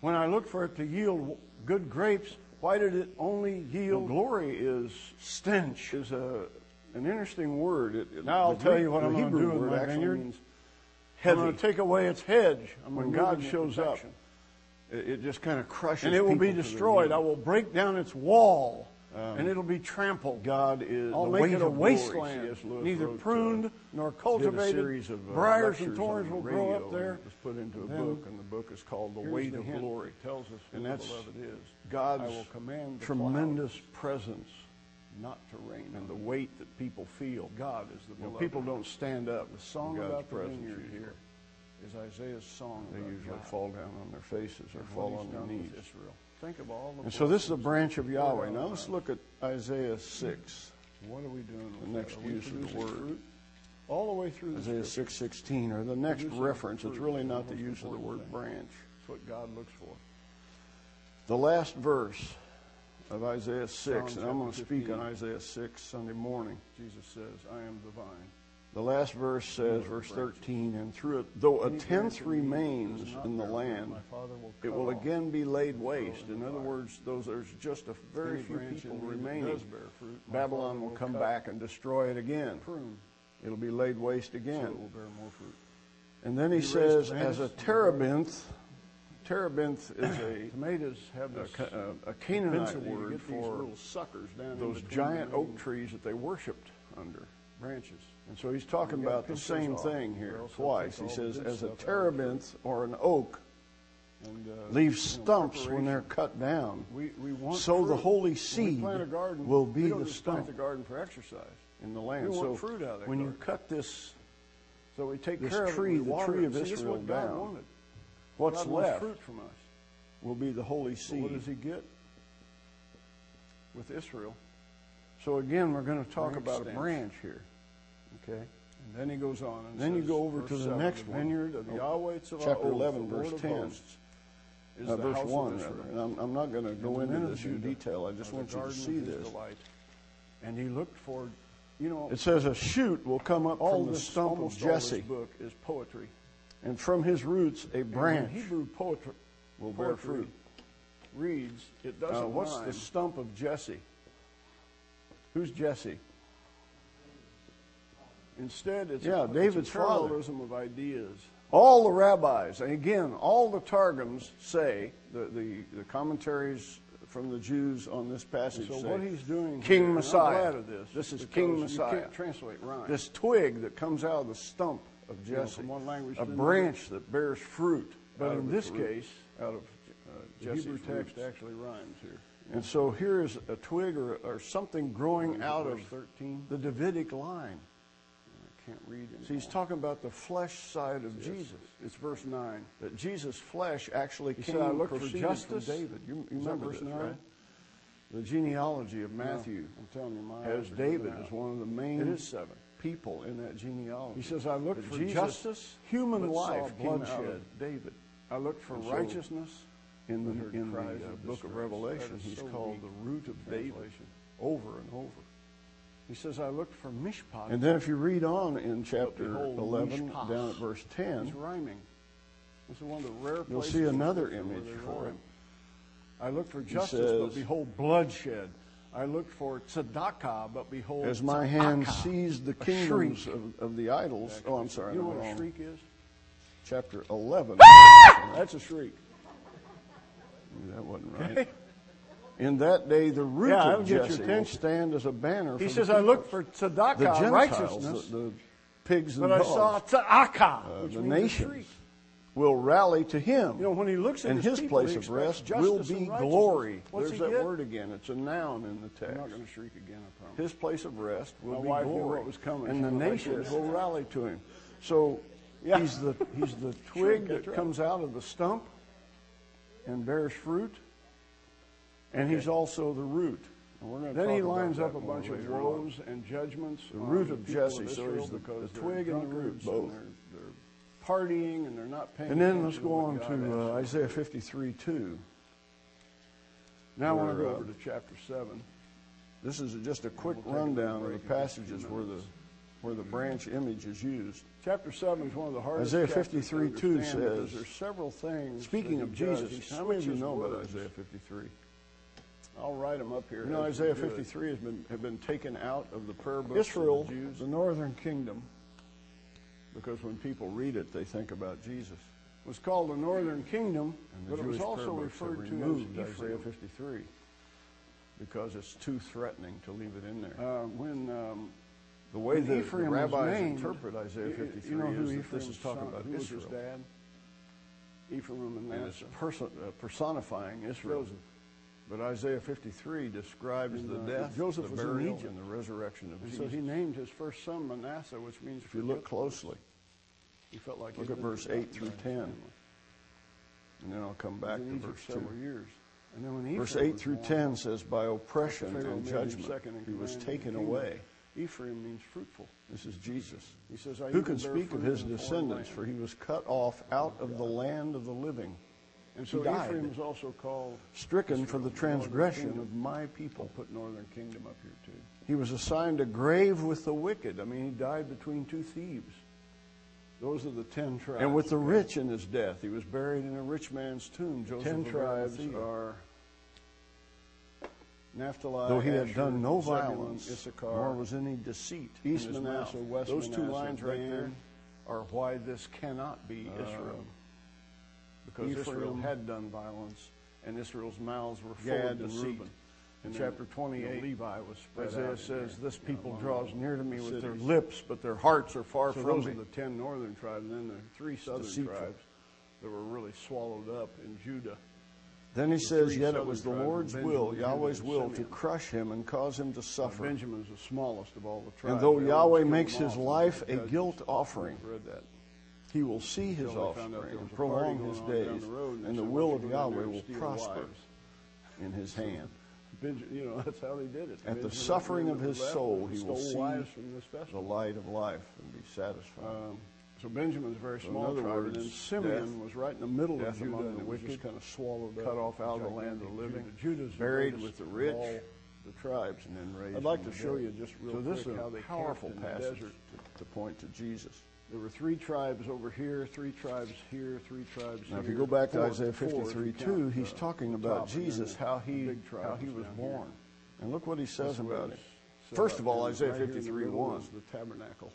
B: When I looked for it to yield w- good grapes, why did it only
A: Well,
B: yield?
A: glory is
B: Stench.
A: is a an interesting word. It, it-
B: Now I'll
A: the
B: tell
A: Greek-
B: you what
A: the
B: I'm going to
A: Hebrew
B: do
A: word
B: with my
A: actually
B: vineyard.
A: means
B: I'm
A: heavy.
B: going to take away its hedge. I'm
A: when
B: gonna
A: God
B: remove it in
A: shows up,
B: perfection.
A: it, it just kind of crushes.
B: and it will
A: people
B: be
A: to their
B: destroyed.
A: knees.
B: I will break down its wall, and it'll be trampled.
A: Um, God is
B: I'll
A: the
B: make
A: weight
B: it a
A: of glory,
B: wasteland,
A: C.S. Lewis
B: neither
A: wrote, uh,
B: pruned nor
A: did a
B: cultivated.
A: series of, uh,
B: Briars and
A: lectures
B: thorns
A: on the
B: will grow
A: radio,
B: up there.
A: and It was put into a
B: Then
A: book, and the book is called The
B: here's
A: Weight
B: the
A: of
B: hint
A: Glory.
B: that tells us who
A: and
B: the
A: that's
B: beloved is.
A: God's
B: I will command the
A: tremendous presence
B: not to rain.
A: and
B: on
A: the
B: it.
A: weight that people feel.
B: God is the
A: You know,
B: beloved.
A: people don't stand up.
B: the song
A: in God's
B: about the
A: presence
B: vineyard
A: usually.
B: here is Isaiah's song.
A: They
B: about
A: usually
B: God
A: fall down on their faces or
B: and what
A: fall
B: he's
A: on their
B: done
A: knees.
B: with Israel. Think of all the
A: And so this is a
B: blessings.
A: branch of Yahweh. Now
B: Yeah.
A: let's look at Isaiah 6.
B: What are we doing with
A: The next
B: that? Are we
A: use of the
B: producing
A: word.
B: fruit? all the way through the
A: Isaiah
B: scripture.
A: six sixteen, or the next reference, it's really not the use of the word branch.
B: That's what God looks for.
A: The last verse of Isaiah
B: John
A: six, and I'm going to
B: chapter
A: speak on
B: 15.
A: Isaiah six Sunday morning.
B: Jesus says, I am the vine.
A: The last verse says, verse thirteen, and through it, though a tenth remains in the land, it will again be laid waste. In other words, those there's just a very
B: Any
A: few
B: branch
A: people
B: in me that
A: remaining.
B: does bear fruit, my
A: Babylon
B: Father
A: will
B: will
A: come
B: cut.
A: back and destroy it again.
B: Prune,
A: It'll be laid waste
B: so
A: again.
B: it will bear more fruit.
A: And then he
B: You raise
A: says,
B: tomatoes
A: as a
B: and you
A: terebinth, terebinth is a
B: Tomatoes have
A: a
B: this
A: Ca- a, a Canaanite
B: propensity to
A: word
B: get these
A: for
B: little suckers down in
A: those
B: between
A: giant
B: the main
A: oak trees that they worshipped under.
B: branches.
A: And so he's talking
B: You gotta
A: about the
B: pinch
A: same
B: those off,
A: thing
B: or
A: here
B: else they'll
A: twice.
B: take
A: He
B: all the
A: says,
B: good
A: as a
B: stuff out of the
A: terebinth or an oak
B: And, uh,
A: leaves
B: you know,
A: stumps when they're
B: preparation.
A: cut down,
B: We, we want
A: so the
B: fruit.
A: holy
B: When
A: seed
B: we plant a garden,
A: will be
B: we don't
A: the
B: just plant
A: stump
B: the garden for exercise.
A: in the land.
B: we
A: so
B: want fruit out of that
A: when you
B: garden.
A: cut this,
B: So we take
A: This
B: care of
A: tree,
B: it.
A: the
B: We water
A: tree
B: it.
A: of
B: See, this is
A: Israel
B: what God
A: down.
B: wanted.
A: what's
B: God wants
A: left
B: fruit from us.
A: will be the holy
B: But
A: seed.
B: what does he get with Israel?
A: So again, we're going to talk
B: Branch
A: about a
B: stems.
A: branch here. Okay.
B: And then he goes on. And
A: Then you
B: says,
A: go over
B: verse
A: to the
B: seven,
A: next
B: the
A: one.
B: vineyard of
A: Oh,
B: Yahweh Tsabaoth,
A: chapter
B: the
A: 11,
B: Lord
A: verse
B: of
A: 10.
B: hosts, Is
A: Uh,
B: the
A: verse
B: house of
A: 1,
B: Israel.
A: rather. And I'm, I'm not going to go
B: the
A: into
B: men of
A: this in
B: Judah
A: detail. I just
B: are the
A: want you to
B: garden
A: see
B: of his
A: this.
B: delight. And he looked for, you know,
A: It says, A shoot will come up
B: all
A: from the
B: this,
A: stump of
B: almost all this
A: Jesse,
B: book is poetry.
A: and from his roots a
B: And when
A: branch.
B: Hebrew poetry
A: will bear
B: poetry
A: fruit.
B: Reads it doesn't.
A: Uh, what's the
B: rhyme.
A: stump of Jesse? Who's Jesse?
B: Instead, it's
A: Yeah,
B: a,
A: David's
B: it's a
A: father.
B: parallelism of ideas.
A: All the rabbis, and again, all the targums say, the, the, the commentaries from the Jews on this passage
B: So
A: say,
B: what he's doing,
A: King
B: here, and
A: Messiah.
B: I'm glad of this.
A: This is
B: because
A: King
B: You
A: Messiah.
B: can't translate rhyme.
A: This twig that comes out of the stump of
B: You know,
A: Jesse,
B: from one language
A: a
B: to another.
A: branch that bears fruit. out
B: but
A: of
B: in
A: its
B: this
A: root.
B: case,
A: out of uh,
B: the
A: Jesse's
B: Hebrew text
A: roots.
B: actually rhymes here.
A: And so here is a twig or, or something growing out of
B: Verse 13.
A: the Davidic line.
B: I can't read it.
A: So he's talking about the flesh side of Jesus.
B: Jesus. It's verse nine.
A: That Jesus' flesh actually
B: He
A: came
B: said, "I look for
A: proceeded
B: justice."
A: from David. You, you
B: Is that
A: remember
B: verse
A: this,
B: nine?
A: right? The genealogy of Matthew
B: I'm telling you, my
A: has
B: eyes are
A: David
B: going out.
A: as one of the main
B: It is seven.
A: people in that genealogy.
B: He says, "I looked
A: That
B: for
A: Jesus,
B: justice,
A: human
B: but saw
A: life came out
B: bloodshed."
A: of David.
B: I look for
A: And so-
B: righteousness.
A: In the,
B: I heard
A: in the
B: cries
A: uh,
B: of
A: book of
B: distress. That
A: Revelation,
B: is
A: he's
B: so
A: called
B: weak
A: the root of David
B: translation.
A: over and over.
B: He says, "I look for mishpat."
A: And then if you read on in chapter
B: behold,
A: 11,
B: mishpat.
A: down at verse 10,
B: He's rhyming. This is one of the rare
A: You'll
B: places.
A: see
B: in
A: another
B: Scripture where
A: image
B: they
A: for
B: rhyme.
A: him.
B: I looked for justice, but
A: says-
B: behold, bloodshed. I looked for tzedakah, but behold,
A: as my hand
B: tzedakah.
A: seized the
B: A
A: kingdoms
B: shriek.
A: of, of the idols. Oh, I'm sorry.
B: You know
A: I'm
B: what a
A: wrong.
B: shriek is?
A: Chapter 11.
B: That's a shriek.
A: that wasn't right. In that day, the root
B: Yeah,
A: of
B: that'll get your
A: Jesse will
B: attention.
A: stand as a banner.
B: He
A: for
B: says,
A: the
B: I looked
A: peoples."
B: for tzedakah,
A: the Gentiles,
B: righteousness,
A: the, the pigs and
B: but I
A: dogs,
B: saw tzedakah,
A: uh,
B: which
A: the
B: means a
A: nations,
B: shriek.
A: will rally to him.
B: You know, when he looks at
A: and his,
B: his, people,
A: place
B: he
A: of rest
B: expects
A: will
B: justice
A: be
B: and righteousness.
A: glory.
B: What's
A: There's
B: he
A: that
B: get?
A: word again. It's a noun in the text.
B: I'm not going to shriek again, I promise.
A: His place of rest will
B: My
A: be
B: wife knew
A: glory,
B: what was coming.
A: and
B: She
A: the
B: went like
A: nations
B: this.
A: will rally to him. So
B: Yeah.
A: he's the he's the
B: Sure,
A: twig
B: that's
A: that
B: right.
A: comes out of the stump and bears fruit, and he's also the root. And we're gonna
B: Then
A: talk
B: he
A: about
B: lines
A: that
B: up a
A: more
B: bunch of
A: later on.
B: woes and judgments.
A: The
B: on
A: root of
B: people
A: Jesse, so
B: Israel
A: he's the-
B: because
A: the
B: they're
A: twig and the root,
B: drunkards and
A: both.
B: They're, they're partying and they're not paying.
A: And then
B: attention
A: let's
B: to
A: go
B: what
A: on
B: God
A: to
B: asks.
A: uh, Isaiah 53 2.
B: now I want to
A: where,
B: go
A: uh,
B: over to chapter seven.
A: This is just a quick
B: we'll take a
A: rundown of the
B: break in just a few
A: passages where the,
B: minutes.
A: where the branch image is used.
B: Chapter seven is one of the hardest.
A: Isaiah
B: chapters to
A: 53:2
B: understand because
A: says-
B: There's several things.
A: Speaking
B: that
A: of
B: he does.
A: Jesus,
B: He
A: how many of you
B: switches
A: know about
B: words.
A: Isaiah 53?
B: I'll write them up here.
A: You know,
B: as we
A: Isaiah
B: do it.
A: 53 has been, have been taken out of the prayer books
B: Israel,
A: of the Jews
B: the northern kingdom,
A: because when people read it, they think about Jesus.
B: was called the northern kingdom,
A: And the
B: but it was
A: Jewish
B: also
A: prayer books have
B: referred to
A: removed
B: as
A: Isaiah
B: Ephraim.
A: 53 because it's too threatening to leave it in there.
B: Uh, when um,
A: the way
B: when
A: the, the
B: Ephraim was
A: rabbis
B: named,
A: interpret Isaiah
B: you-
A: 53
B: you know who
A: is that
B: Ephraim's
A: this is talking
B: son-
A: about
B: who was his
A: Israel.
B: dad? Ephraim and
A: And it's
B: Manasseh.
A: perso- uh, personifying Israel.
B: Joseph.
A: But Isaiah 53 describes
B: And,
A: the
B: uh,
A: death,
B: Joseph
A: the
B: was in
A: burial,
B: Egypt.
A: and the resurrection of
B: And so
A: Jesus.
B: he named his first son Manasseh, which means
A: if you look
B: forgetful.
A: closely,
B: he felt like
A: look
B: he
A: at
B: lived
A: verse 8
B: without
A: through
B: his
A: 10,
B: family.
A: and then I'll come
B: He was
A: back to
B: in Egypt
A: verse 2.
B: several years. And then when
A: Verse
B: Ephraim
A: 8
B: was
A: through
B: born,
A: 10 says, By oppression
B: Pharaoh
A: and
B: made him
A: judgment
B: second in
A: he was
B: command in the
A: taken
B: kingdom.
A: away,
B: Ephraim means fruitful.
A: This is Jesus.
B: He says, I
A: Who
B: even
A: can
B: bear
A: speak of
B: fruit
A: his
B: in a foreign
A: descendants?
B: land.
A: For he was cut off out of the land of the living.
B: And so
A: He died.
B: Ephraim is also called
A: stricken for the
B: Northern
A: transgression
B: Kingdom.
A: of my people.
B: Put Northern Kingdom up here too.
A: He was assigned a grave with the wicked. I mean, he died between two thieves.
B: Those are the ten tribes.
A: And with the
B: okay?
A: rich in his death. He was buried in a rich man's tomb. Joseph
B: ten
A: of
B: tribes
A: Arimathea.
B: are Naphtali,
A: Though he had
B: Asher,
A: done no
B: Zebulun,
A: violence,
B: Issachar,
A: nor was any deceit
B: East
A: in his
B: Manasseh,
A: mouth.
B: West
A: Those two
B: Manasseh,
A: lines right there
B: Dan,
A: are why this cannot be
B: Uh,
A: Israel, because
B: Ephraim,
A: Israel had done violence, and Israel's mouths were full
B: Gad
A: of
B: and
A: deceit.
B: Reuben.
A: In
B: And
A: chapter
B: then, you know,
A: 28,
B: Levi was spread out
A: Isaiah
B: in
A: says,
B: there,
A: "This
B: you know,
A: people
B: among
A: draws
B: the
A: near to me with their
B: cities."
A: lips, but their hearts are far
B: So
A: from
B: those
A: me."
B: are the ten northern tribes, and then there are three southern
A: deceitful.
B: tribes that were really swallowed up in Judah. Uh,
A: Then he says,
B: three
A: "Yet it
B: southern
A: was the
B: tribes,
A: Lord's
B: Benjamin,
A: will,
B: Judah,
A: Yahweh's
B: and
A: will, to
B: Simeon.
A: crush him and cause him to suffer."
B: Benjamin is the smallest of all the tribes.
A: And though
B: They
A: Yahweh
B: always killed them
A: makes
B: off
A: his
B: in the
A: life a
B: judges.
A: guilt offering,
B: Read that.
A: He will see his
B: Until they found out
A: offspring
B: there was
A: and
B: a party
A: prolong
B: going
A: his
B: on down
A: days,
B: the road, and they
A: and the
B: said, "Why
A: will
B: don't
A: of
B: you go down
A: Yahweh
B: there and
A: will
B: steal
A: prosper
B: wives?"
A: in his hand.
B: Benj- you know, that's how they did it.
A: At the
B: Benjamin,
A: suffering
B: men
A: of
B: that
A: his
B: were left,
A: soul, he will
B: stole
A: see
B: wives from this
A: the
B: festival.
A: light of life and be satisfied.
B: Um, so Benjamin's a very
A: in
B: small
A: other
B: tribe,
A: words,
B: and then Simeon
A: death-
B: was right in the middle of
A: death
B: Judah,
A: among
B: and
A: the
B: it was just
A: wicked,
B: kind of swallowed up,
A: Cut off out of the
B: gigantic
A: land of the living,
B: Judah. Judah's the
A: buried
B: greatest
A: with the
B: of
A: rich,
B: all
A: the tribes, and then raised.
B: I'd like
A: in
B: to
A: the
B: show
A: desert.
B: you just real
A: So this
B: quick
A: is a
B: how they
A: powerful
B: camped in the
A: passage
B: desert.
A: to, to point to Jesus.
B: There were three tribes over here, three tribes here, three tribes here.
A: Now, if you go back to
B: four-
A: Isaiah
B: four if you
A: 53
B: count
A: 2, he's
B: the-
A: talking
B: the
A: about
B: top, and then
A: Jesus,
B: the-
A: how
B: the
A: he,
B: big tribe
A: how he
B: is
A: was
B: down here.
A: born. And look what he says
B: That's what
A: about
B: it
A: it.
B: said
A: First
B: up
A: of all,
B: there,
A: Isaiah
B: right here in the
A: 53
B: middle
A: 1.
B: is The tabernacle.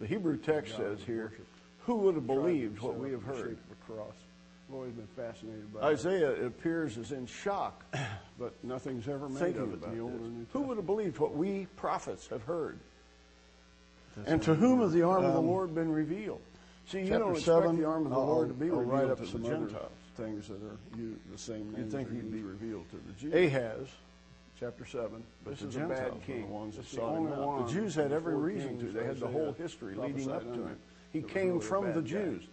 A: The Hebrew text
B: God
A: says
B: was
A: here,
B: worshipped.
A: who would have
B: Tribe
A: believed
B: is
A: what
B: set
A: we
B: up
A: have
B: in the
A: heard?
B: shape of a cross. I've always been fascinated by that.
A: Isaiah it appears as in shock,
B: but nothing's ever made
A: thinking
B: of it
A: about
B: in the Old
A: this.
B: and New
A: Who
B: Testament.
A: would have believed what we prophets have heard? And to whom has the arm of the Lord been revealed? See, you
B: Um, Chapter
A: don't expect
B: seven,
A: the arm of the
B: I'll-
A: Lord to be
B: I'll
A: revealed
B: write up
A: to
B: some
A: the
B: other
A: Gentiles.
B: things that are you, the same
A: You'd
B: names
A: think
B: are
A: he'd
B: used
A: be revealed to the Jews.
B: Ahaz, chapter 7.
A: But
B: this
A: the
B: is
A: Gentiles
B: a
A: were
B: bad
A: the
B: king.
A: ones that
B: This is
A: sought him
B: only
A: out. The
B: one
A: Jews
B: of
A: had
B: the
A: every
B: four
A: reason
B: kings
A: to. They had the
B: Isaiah
A: whole history leading
B: prophesied
A: up to
B: under.
A: him. He
B: That was
A: came
B: really a
A: from
B: bad
A: the
B: guy.
A: Jews.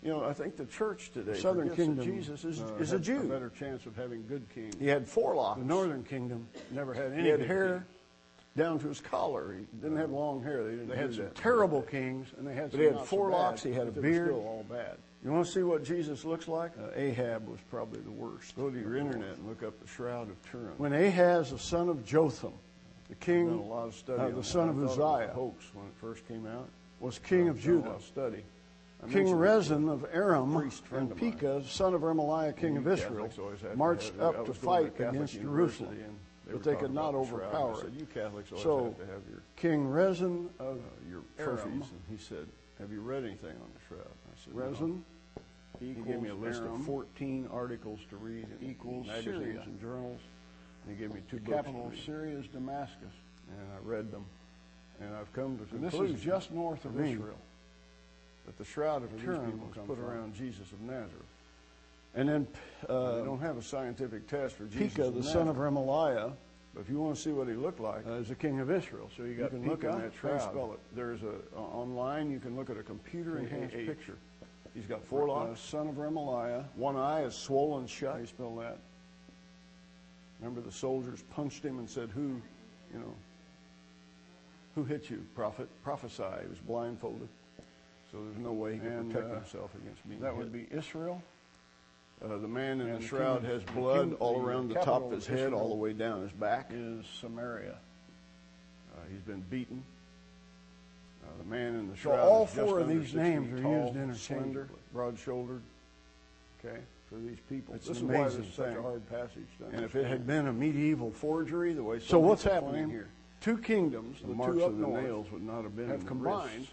A: You know, I think the church today,
B: The Southern
A: forgets that
B: Kingdom
A: Jesus is,
B: uh,
A: is a
B: had
A: Jew.
B: better chance of having good kings.
A: He had four locks.
B: The Northern Kingdom never had any.
A: he had
B: good
A: hair
B: kings.
A: down to his collar. He didn't have long hair. They didn't
B: They
A: do
B: had some
A: that.
B: terrible kings, and they had.
A: But
B: some
A: he had
B: not so
A: four
B: bad,
A: locks, he had a
B: but they were
A: beard.
B: Still all bad.
A: You want to see what Jesus looks like?
B: Uh, Ahab was probably the worst.
A: Go to your internet and look up the Shroud of Turin.
B: When Ahaz, the son of Jotham, the king,
A: Done a lot of study
B: uh,
A: on
B: the
A: that.
B: son
A: I
B: of
A: thought it was
B: Uzziah,
A: a hoax when it first came out.
B: was king of
A: Done a lot
B: Judah.
A: study. I
B: King
A: mentioned it.
B: Rezin of Aram
A: priest friend
B: and
A: of mine. Mm,
B: Pekah, son of Remaliah, king of
A: Catholics
B: Israel,
A: always had to
B: marched
A: have- I
B: up to
A: was going to
B: fight
A: Catholic
B: against
A: university
B: Jerusalem,
A: and they were
B: but they
A: talking
B: could not
A: about the shroud, and I
B: overpower
A: said,
B: it.
A: "You Catholics always
B: so,
A: have to have your-
B: King Rezin of
A: uh, your
B: Aram,
A: trophies, and he said, "Have you read anything on the shroud?" And I said, "No."
B: Rezin
A: He
B: equals
A: gave me a list
B: Aram
A: of 14 articles to read, in
B: equals
A: magazines
B: Syria.
A: and journals. And he gave me two
B: The
A: books
B: capital
A: to
B: of
A: read.
B: Syria is Damascus.
A: and I read them, and I've come to
B: And this
A: conclusion.
B: is just north of
A: for me,
B: Israel.
A: That the shroud of
B: Where these
A: Turin
B: people
A: was
B: come
A: put
B: from.
A: around Jesus of Nazareth, and then uh, they don't have a scientific test for Jesus.
B: Pekah,
A: of
B: the son of
A: Nazareth.
B: Remaliah,
A: But if you want to see what he looked like,
B: uh, is the king of Israel. So you
A: you
B: got
A: can look
B: Pekah,
A: on that
B: how you
A: shroud.
B: spell it?
A: There's a o- online. You can look at a computer enhanced
B: K-H.
A: picture. He's got four
B: Uh,
A: locks.
B: son of Remaliah.
A: One eye is swollen
B: How
A: shut.
B: you spell that?
A: Remember, the soldiers punched him and said, "Who, you know, who hit you, prophet? Prophesy." He was blindfolded, so there's no way he could
B: And,
A: protect
B: uh,
A: himself against being
B: That
A: hit.
B: would be Israel.
A: Uh, the man in
B: And
A: the
B: the
A: shroud
B: king-
A: has
B: the
A: blood
B: king-
A: all
B: the
A: around the
B: capital
A: top of his
B: of
A: head, all
B: Israel
A: the way down his back. Uh,
B: Is Samaria.
A: he's been beaten. Uh, the man in the
B: So
A: shroud.
B: all
A: is just
B: four of
A: under
B: these
A: 6
B: names
A: feet
B: are
A: tall,
B: used
A: slender,
B: interchangeably.
A: broad-shouldered.
B: Okay.
A: For these people,
B: It's
A: this
B: an
A: is why
B: amazing
A: this is such a
B: thing.
A: hard passage. to
B: And if
A: understand.
B: it had been a medieval
A: forgery, the way
B: So
A: some
B: what's
A: people
B: happening
A: claim,
B: here? Two kingdoms,
A: the,
B: the,
A: marks
B: two up
A: of the
B: north,
A: nails would not have been in
B: have
A: the
B: combined
A: wrists.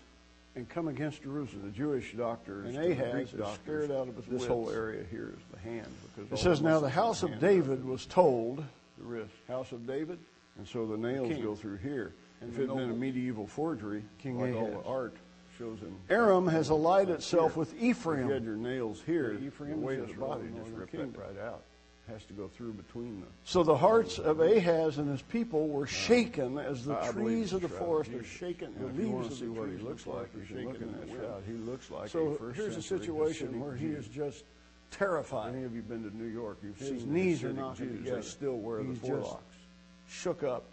B: and come against Jerusalem.
A: The Jewish doctors,
B: And
A: the Greek
B: Ahaz is
A: doctors,
B: scared out of his
A: this whole
B: wits.
A: area here is the hand. Because
B: It
A: all
B: says, now the
A: muscles
B: house of
A: hand are up
B: David was told,
A: the wrist.
B: house of David,
A: And so the nails
B: king.
A: go through here.
B: And
A: if
B: the
A: it had been a
B: noble.
A: medieval forgery,
B: King
A: like all
B: Ahaz.
A: the art shows in
B: Aram has allied itself
A: Here.
B: with
A: If you had
B: Ephraim.
A: your nails here,
B: Yeah, Ephraim
A: the
B: is
A: weight of the
B: Israel,
A: body
B: the
A: just
B: northern
A: ripped
B: kingdom.
A: that right out. Has to go through between the.
B: So the hearts of Ahaz and his people were shaken as the
A: Uh, I- I believe
B: trees
A: it's
B: of the
A: shroud of
B: forest are
A: Jesus.
B: shaken,
A: And
B: the
A: if you want
B: leaves
A: to
B: of
A: see
B: the
A: what he
B: trees
A: looks
B: of the
A: like,
B: forest
A: you
B: are
A: can look
B: shaken
A: in
B: in
A: that
B: the
A: shroud.
B: wind.
A: He looks like a
B: So
A: first
B: here's a
A: century
B: situation
A: Hasidic
B: where he
A: Jew.
B: is just
A: If
B: terrified.
A: Any of you been to New York? You've
B: His
A: seen
B: knees are
A: the Hasidic
B: knocking
A: Jews.
B: together.
A: They still wear
B: He's
A: the
B: just
A: forelocks.
B: shook up.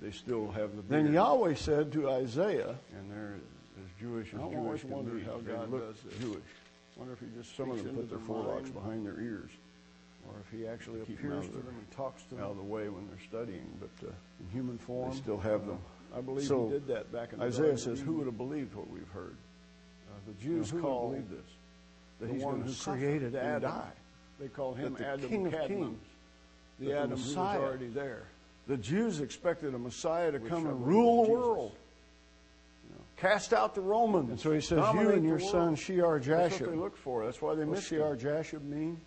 B: they still have the beard.
A: Then Yahweh said to Isaiah,
B: and they're as Jewish as
A: I
B: Jewish
A: always
B: can
A: wondered
B: be.
A: how
B: They
A: God
B: look
A: does this.
B: Jewish.
A: wonder if he just
B: Some of
A: speaks
B: them
A: into
B: put their
A: their
B: forelocks
A: mind,
B: behind their ears
A: or if he actually
B: Keep 'em
A: appears
B: out of
A: to
B: their-
A: them and talks to
B: out of
A: them
B: the way when they're studying, but uh,
A: in human form.
B: they still have them.
A: I believe
B: So,
A: he did that back in the Garden
B: Isaiah
A: of
B: says, "Who
A: Eden.
B: would have believed what we've heard?
A: Uh, the
B: You know,
A: Jews
B: who
A: call
B: would have believed this? That
A: the
B: he's
A: one
B: gonna
A: who
B: suffer
A: created
B: and
A: Adam.
B: die.
A: They call him
B: That the
A: Adam
B: King of
A: Cadmus,
B: Kings, that
A: the
B: the
A: Adam who was
B: Messiah
A: already there.
B: The Jews expected a Messiah to
A: Which
B: come
A: I
B: and
A: believe
B: rule
A: is
B: the
A: Jesus.
B: world, cast out the Romans."
A: And so he says,
B: dominate
A: "You and
B: the
A: your
B: world."
A: son Shear
B: That's what they
A: Jashub."
B: looked for. That's why they
A: What's
B: missed him.
A: Shear Jashub mean?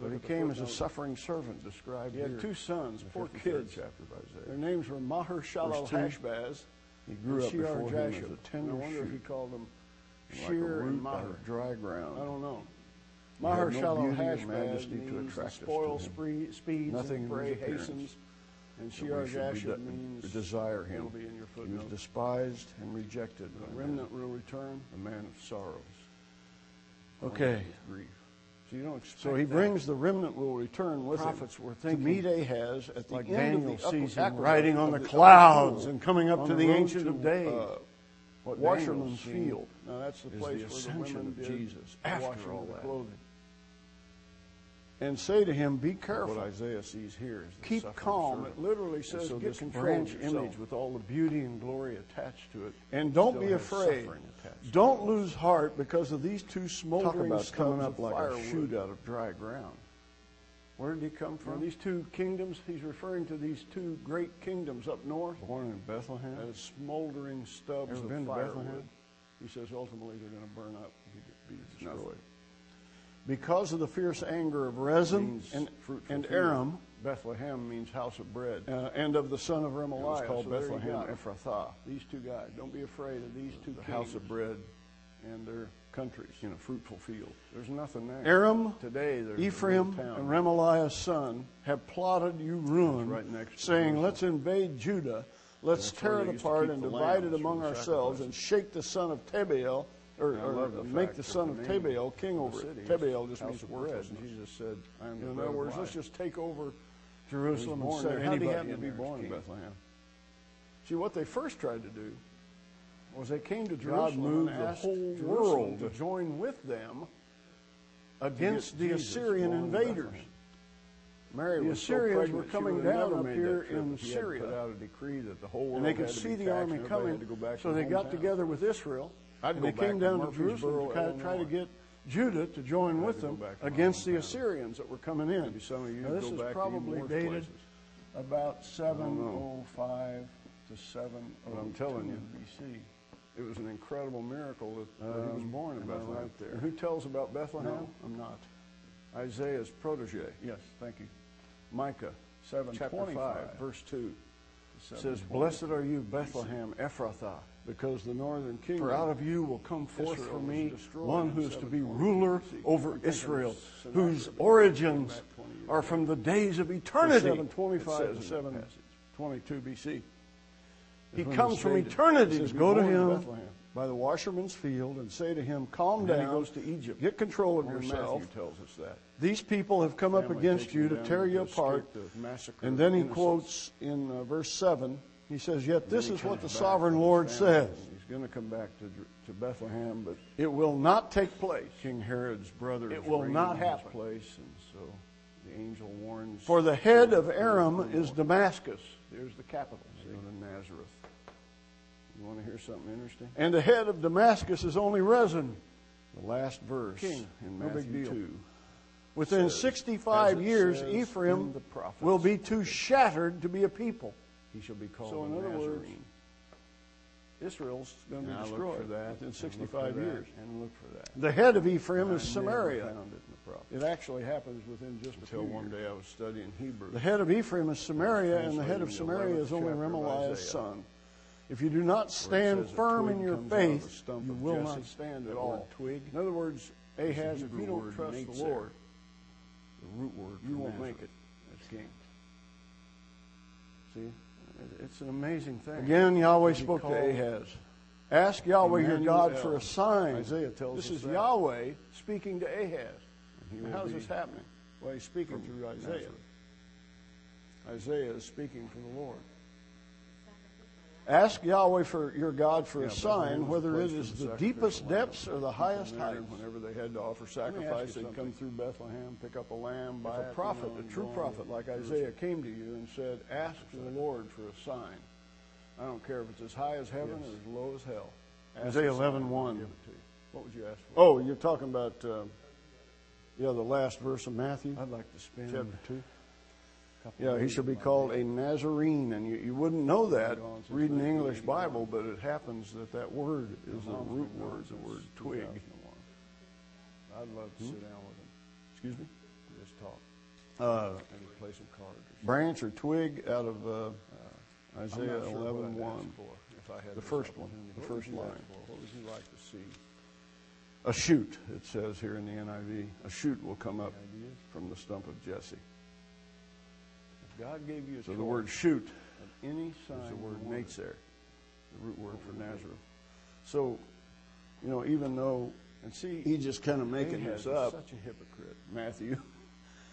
B: But he
A: Look at the
B: came as a
A: footnote.
B: suffering servant described
A: He had
B: here
A: two sons,
B: in the
A: poor
B: 53rd
A: kids.
B: Chapter of
A: Their
B: Isaiah.
A: names were Maher Shalal
B: two.
A: Hashbaz
B: He grew
A: and
B: up
A: Shear
B: before him as
A: Jashub.
B: a
A: And I
B: tender
A: wonder if he
B: shoot,
A: called them
B: like a
A: Shear and
B: root out
A: Maher.
B: of dry ground.
A: I don't know.
B: He had
A: Maher
B: no
A: Shalal
B: beauty or
A: Hashbaz
B: majesty to
A: means the
B: attract us to
A: spoil
B: him.
A: spree- speeds
B: Nothing
A: and
B: in
A: the prey
B: his appearance
A: hastens. And
B: that we
A: Shear
B: should
A: Jashub
B: rede-
A: means
B: desire him.
A: It'll be in your
B: he was
A: footnote.
B: despised and rejected. by
A: The
B: men,
A: remnant will return.
B: a man of sorrows.
A: Okay.
B: with grief.
A: So you don't expect
B: So he
A: that.
B: brings the remnant will return with
A: prophets
B: him.
A: were
B: to meet
A: thinking
B: Ahaz at the
A: like
B: end
A: Daniel
B: of the upper
A: sees him
B: aqueduct
A: riding on
B: of
A: the
B: upper
A: clouds
B: pool
A: and coming up
B: on
A: to
B: the
A: the
B: road
A: Ancient
B: to,
A: of Days.
B: uh, what
A: Washerman's
B: Daniel's seeing
A: Field. Now that's the
B: is the
A: place where the
B: ascension
A: women
B: of
A: did
B: Jesus
A: the
B: after
A: washing
B: all
A: of the
B: that.
A: clothing.
B: and say to him, "Be
A: What
B: careful."
A: Isaiah sees here is the
B: Keep
A: suffering
B: calm.
A: servant.
B: It literally
A: And
B: says,
A: so
B: "Get
A: this
B: control
A: branch
B: of yourself."
A: image with all the beauty and glory attached to it,
B: And don't
A: still
B: be
A: has
B: afraid.
A: suffering attached.
B: Don't lose heart because of these two
A: Talk
B: smoldering
A: about coming
B: stubs
A: up
B: of
A: like
B: firewood.
A: a shoot out of dry ground.
B: Where did he come
A: Now,
B: from?
A: these two kingdoms, he's referring to these two great kingdoms up north
B: Born in Bethlehem.
A: as smoldering stubs
B: Ever
A: of
B: been to
A: firewood.
B: Bethlehem?
A: He says ultimately they're going to burn up, be, be destroyed.
B: destroyed. Because of the fierce anger of Rezin
A: Means
B: and,
A: fruitful
B: and
A: field.
B: Aram,
A: Bethlehem means house of bread.
B: uh, and of the son of
A: It
B: Remaliah.
A: was called
B: So there you
A: Bethlehem
B: got it.
A: Ephrathah. These two guys. Don't be afraid of these two
B: The
A: kings
B: house of bread
A: and their countries.
B: in a fruitful field.
A: There's nothing there.
B: Aram,
A: Today, there's a
B: Ephraim,
A: little town.
B: and Remaliah's son have plotted you ruin,
A: That's right next to
B: saying,
A: Jerusalem.
B: Let's invade Judah, let's
A: That's where
B: tear
A: they
B: it
A: used to
B: apart
A: keep
B: and
A: the
B: divide
A: lambs
B: it among
A: for the
B: ourselves and shake the son of Tebaal, or,
A: I
B: or
A: love the fact
B: make the
A: that
B: son
A: the
B: of
A: name
B: Tebaal
A: of
B: king
A: the
B: over
A: city
B: it.
A: is
B: Tebaal just
A: House
B: means
A: of
B: bread.
A: Bread. And Jesus
B: said,
A: I am the
B: In
A: bread
B: other
A: of
B: words,
A: life.
B: let's just take over
A: He was
B: Jerusalem and
A: born
B: say,
A: there.
B: How do you
A: Anybody
B: happen to
A: in
B: be
A: there is
B: born in
A: king.
B: Bethlehem? See, what they first tried to do was they came to
A: God
B: Jerusalem
A: moved
B: and
A: the
B: asked
A: whole
B: Jerusalem
A: world
B: to join with them against
A: against
B: the
A: Jesus
B: Assyrian
A: born in
B: invaders.
A: Bethlehem.
B: Mary
A: The
B: was so
A: Assyrians were
B: pregnant, she
A: coming
B: would have
A: down
B: never
A: up
B: made
A: here
B: that trip
A: in
B: if he hadn't
A: Syria.
B: put out a decree that the whole world
A: and they could
B: had to
A: see
B: be
A: the
B: taxed
A: army
B: and everybody
A: coming.
B: had to go back
A: so
B: to
A: they
B: their
A: got
B: hometown.
A: together with Israel,
B: I'd
A: and
B: go
A: they came
B: back to
A: down to Jerusalem
B: Murfreesboro,
A: to try, try to
B: Illinois.
A: get Judah to join
B: I'd
A: with
B: go
A: them
B: back to my
A: against the
B: hometown.
A: Assyrians that were coming in.
B: Maybe some of you
A: now, this is
B: go back to even
A: probably
B: worse
A: dated
B: places.
A: about
B: know.
A: 705 to 702
B: But I'm telling you.
A: BC.
B: It was an incredible miracle that, that he was
A: Um,
B: born in
A: am I
B: Bethlehem.
A: right there?
B: And who tells about Bethlehem?
A: No, I'm not.
B: Isaiah's protege,
A: Yes, thank you.
B: Micah, chapter
A: 725.
B: 5, verse 2. says,
A: 720.
B: Blessed are you, Bethlehem Ephrathah,
A: because the northern kingdom
B: for out of you will come forth
A: Israel
B: for
A: was
B: me
A: destroyed
B: one
A: in
B: who is to be
A: 720
B: ruler
A: BC. I'm
B: over
A: thinking of
B: Israel,
A: Sennacherib
B: whose
A: that came
B: origins
A: back 20 years
B: are
A: ago.
B: from the days of
A: From
B: eternity.
A: 725
B: it
A: to
B: says in that
A: 722 BC.
B: He
A: when
B: comes
A: he
B: from
A: stated,
B: eternity.
A: he says,
B: go to
A: "Born in
B: him
A: Bethlehem."
B: by the washerman's field and say to him, Calm
A: And
B: down.
A: then he goes to Egypt.
B: Get control of
A: Only
B: yourself.
A: Matthew tells us that.
B: These people have come up
A: Family
B: against
A: takes him
B: you to
A: down
B: tear
A: to
B: you
A: escape
B: apart.
A: the massacre
B: And
A: of
B: then he
A: innocents.
B: quotes in uh, verse 7, he says, Yet this
A: Then he
B: is what
A: comes
B: the
A: back
B: sovereign
A: with
B: Lord
A: his
B: says
A: family. He's going to come back to, Jer- to Bethlehem, but
B: It will not take place,
A: King Herod's brothers.
B: It will
A: reigned
B: not
A: in his
B: happen.
A: place, and so the angel warns.
B: for the head of
A: Lord,
B: Aram
A: Lord,
B: is
A: Lord.
B: Damascus. There's the capital.
A: They Go to Nazareth. You want to hear something interesting?
B: And the head of Damascus is only resin.
A: The last verse
B: King.
A: in
B: No big
A: Matthew
B: deal.
A: two.
B: Within
A: Says,
B: 65
A: as it
B: years,
A: says in
B: Ephraim
A: the prophets.
B: will be too shattered to be a people.
A: He shall be called
B: So in
A: a
B: other words,
A: Nazarene.
B: Israel's going to
A: And
B: be
A: I look
B: destroyed
A: for that
B: within
A: and look for
B: 65
A: that,
B: years.
A: and look for that.
B: The head of Ephraim
A: I
B: is
A: never
B: Samaria.
A: found it in the prophets.
B: It actually happens within just a
A: Until
B: few
A: one
B: years.
A: day I was studying Hebrew.
B: The head of Ephraim is Samaria, and the head of
A: Translating the
B: Samaria is
A: 11th
B: only
A: chapter of
B: Remaliah's
A: Isaiah.
B: son. If you do not
A: Where it
B: stand
A: says a
B: firm
A: twig
B: in your
A: comes out of the
B: faith,
A: stump
B: you
A: of
B: will
A: Jesse.
B: not stand at
A: That
B: all.
A: word twig
B: in other words,
A: is the
B: Ahaz, if
A: Hebrew
B: you don't
A: word
B: trust the
A: Netzer.
B: Lord,
A: The root word.
B: you
A: for
B: won't
A: Nazareth.
B: make it as king.
A: See, it's an amazing thing.
B: Again, Yahweh
A: He
B: spoke to
A: called
B: Ahaz. Ask Yahweh your God for
A: Emmanuel.
B: a sign.
A: Isaiah tells
B: this
A: us
B: is
A: that.
B: Yahweh speaking to Ahaz.
A: he will
B: How's
A: be
B: this happening? Well, he's speaking
A: from
B: through Isaiah.
A: Nazareth.
B: Isaiah is speaking for the Lord. Ask Yahweh for your God for a
A: but
B: sign,
A: here's
B: whether
A: the
B: it
A: place
B: is
A: for the
B: the
A: sacrificial
B: deepest
A: lamb.
B: depths or the highest
A: And there,
B: heights.
A: Whenever they had to offer
B: you
A: sacrifice, they'd
B: something.
A: come through Bethlehem, pick up a lamb, buy it.
B: If a
A: you
B: prophet,
A: know,
B: a
A: and
B: true
A: go on.
B: prophet like Isaiah came to you and said, Ask the Lord for a sign. I don't care if it's as high as heaven
A: Yes.
B: or as low as hell. Ask
A: Isaiah
B: for a sign,
A: 11,
B: I'll
A: 1.
B: give it to you. What would you ask for?
A: Oh, you're talking about, uh, yeah, the last verse of Matthew?
B: I'd like to spend
A: Chapter
B: two. couple
A: Yeah, he
B: days
A: shall be
B: of my
A: called
B: life.
A: a Nazarene, and you, you wouldn't know that
B: Been gone since
A: reading the English
B: 1981.
A: Bible, but it happens that that word is the
B: My mom's
A: root
B: been gone
A: word, the
B: since
A: word twig. Hmm?
B: 2001. I'd love to sit down with him,
A: Excuse me?
B: just talk,
A: Uh,
B: and play some cards. or something.
A: branch or twig out of uh,
B: I'm
A: Isaiah
B: not sure what
A: eleven
B: I'd ask
A: one.
B: for if I had
A: The
B: this
A: first one,
B: opportunity.
A: the
B: What would
A: first
B: you ask
A: line.
B: for? What would you like to see?
A: A shoot, it says here in the NIV. A shoot will come up
B: Any ideas?
A: from the stump of Jesse.
B: If God gave you a
A: So
B: choice
A: the word shoot
B: of any sign,
A: is the
B: you
A: word
B: wanted,
A: Natzer, the root word for Nazareth. So, you know, even though
B: and see,
A: he just kind of making
B: Ahab
A: this
B: is
A: up,
B: Such a hypocrite.
A: Matthew,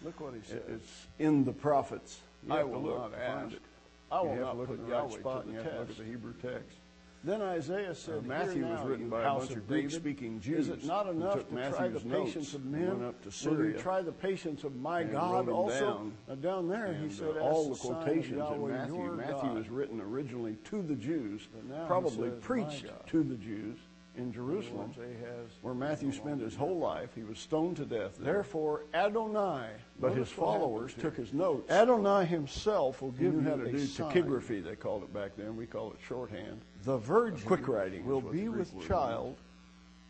B: Look what he
A: it-
B: says.
A: it's in the prophets.
B: You
A: I
B: have to
A: will
B: look
A: not
B: to find
A: ask.
B: it. I
A: You
B: will
A: have
B: not
A: to look
B: put
A: at the
B: Yahweh
A: right spot
B: to
A: and
B: the
A: you have to look at
B: test.
A: the Hebrew text.
B: Then Isaiah said,
A: Uh,
B: "Hear
A: Matthew
B: now,
A: was written
B: you
A: by a
B: house
A: bunch of
B: David,
A: Greek-speaking
B: Is it
A: Jews
B: not
A: who
B: enough
A: took
B: to try the
A: Matthew's notes
B: patience of
A: and
B: men?
A: went up to
B: Will you
A: Syria
B: try the patience of my
A: and
B: God
A: wrote 'em
B: also?"
A: down.
B: Now, down there,
A: And,
B: he said,
A: uh,
B: "Ask
A: all the
B: sign of
A: quotations
B: Yahweh,
A: in Matthew.
B: your
A: Matthew
B: God."
A: was written originally to the Jews,
B: But now he
A: probably
B: says, "My
A: preached
B: God."
A: to the Jews in Jerusalem,
B: Lord, Ahaz
A: where Matthew
B: is no
A: spent
B: longer
A: his whole life. He was stoned to death. there.
B: Therefore, Adonai,
A: but
B: notice
A: his
B: what happens
A: followers
B: here.
A: took his notes.
B: Adonai himself will
A: He
B: give
A: knew
B: you
A: how to
B: a
A: do
B: sign.
A: tachygraphy, they called it back then. We call it shorthand.
B: The virgin
A: Quick writing is
B: will
A: what the
B: be
A: Greek
B: with
A: word means.
B: child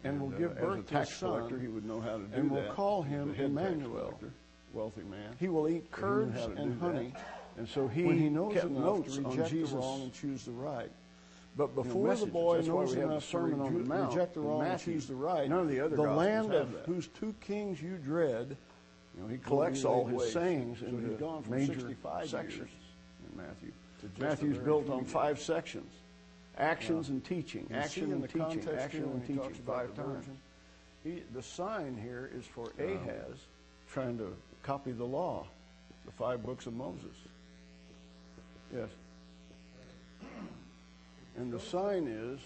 B: and will
A: uh,
B: give
A: as
B: birth
A: a
B: to a
A: tax
B: son.
A: collector, he would know how to do
B: and
A: that.
B: will call
A: He was
B: him
A: a head tax
B: Emmanuel.
A: collector, wealthy man.
B: He will eat
A: He knew
B: curds
A: how to
B: and
A: do that.
B: honey.
A: And so he,
B: when he knows
A: kept
B: enough
A: notes
B: to
A: on
B: reject
A: Jesus.
B: the wrong and choose the right.
A: But
B: Before the boy knows enough sermon on the mount,
A: reject the wrong,
B: and choose the right.
A: None of the other
B: the
A: gospels
B: land
A: have
B: of
A: that.
B: whose two kings you dread.
A: You know, he collects
B: Well, he
A: all
B: laid
A: his
B: waste.
A: sayings
B: So
A: into
B: he's gone from
A: major
B: 65
A: sections
B: years
A: in Matthew.
B: to just
A: Matthew's
B: the very
A: built
B: few
A: on
B: years.
A: five sections: actions and teaching,
B: You see
A: action
B: in
A: and
B: the
A: teaching,
B: context
A: action
B: here when
A: and
B: he
A: teaching.
B: talks about
A: five
B: the
A: times.
B: virgin, He, the sign here is for Ahaz
A: Trying to copy the law, the five books of Moses. Yes.
B: And the sign is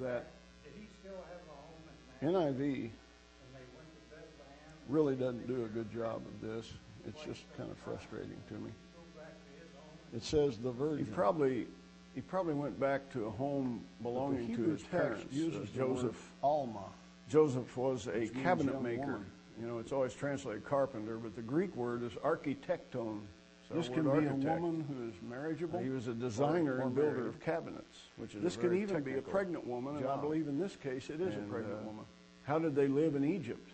B: that
C: Did he still have a home in Maine? And they went
A: NIV
C: to Bethlehem and
A: really doesn't do a good job of this. It's just kind of frustrating to me.
C: go back to his home?
A: It says the virgin. He probably, he probably went back to a home
B: the
A: belonging to
B: Hebrew
A: his
B: text
A: parents.
B: uses
A: Uh,
B: the word
A: Joseph.
B: Alma.
A: Joseph was a
B: means
A: cabinet
B: young
A: maker.
B: woman.
A: You know, it's always translated carpenter, but the Greek word is architecton. It's our
B: This
A: word
B: can be a
A: architect.
B: woman who is marriageable.
A: Uh, He was a designer
B: or- or
A: and builder
B: married.
A: of cabinets, which is
B: This
A: a
B: could
A: very
B: even be a
A: technical
B: pregnant woman, and I
A: job.
B: believe in this case it is a
A: And,
B: pregnant
A: uh,
B: woman.
A: How did they live in Egypt?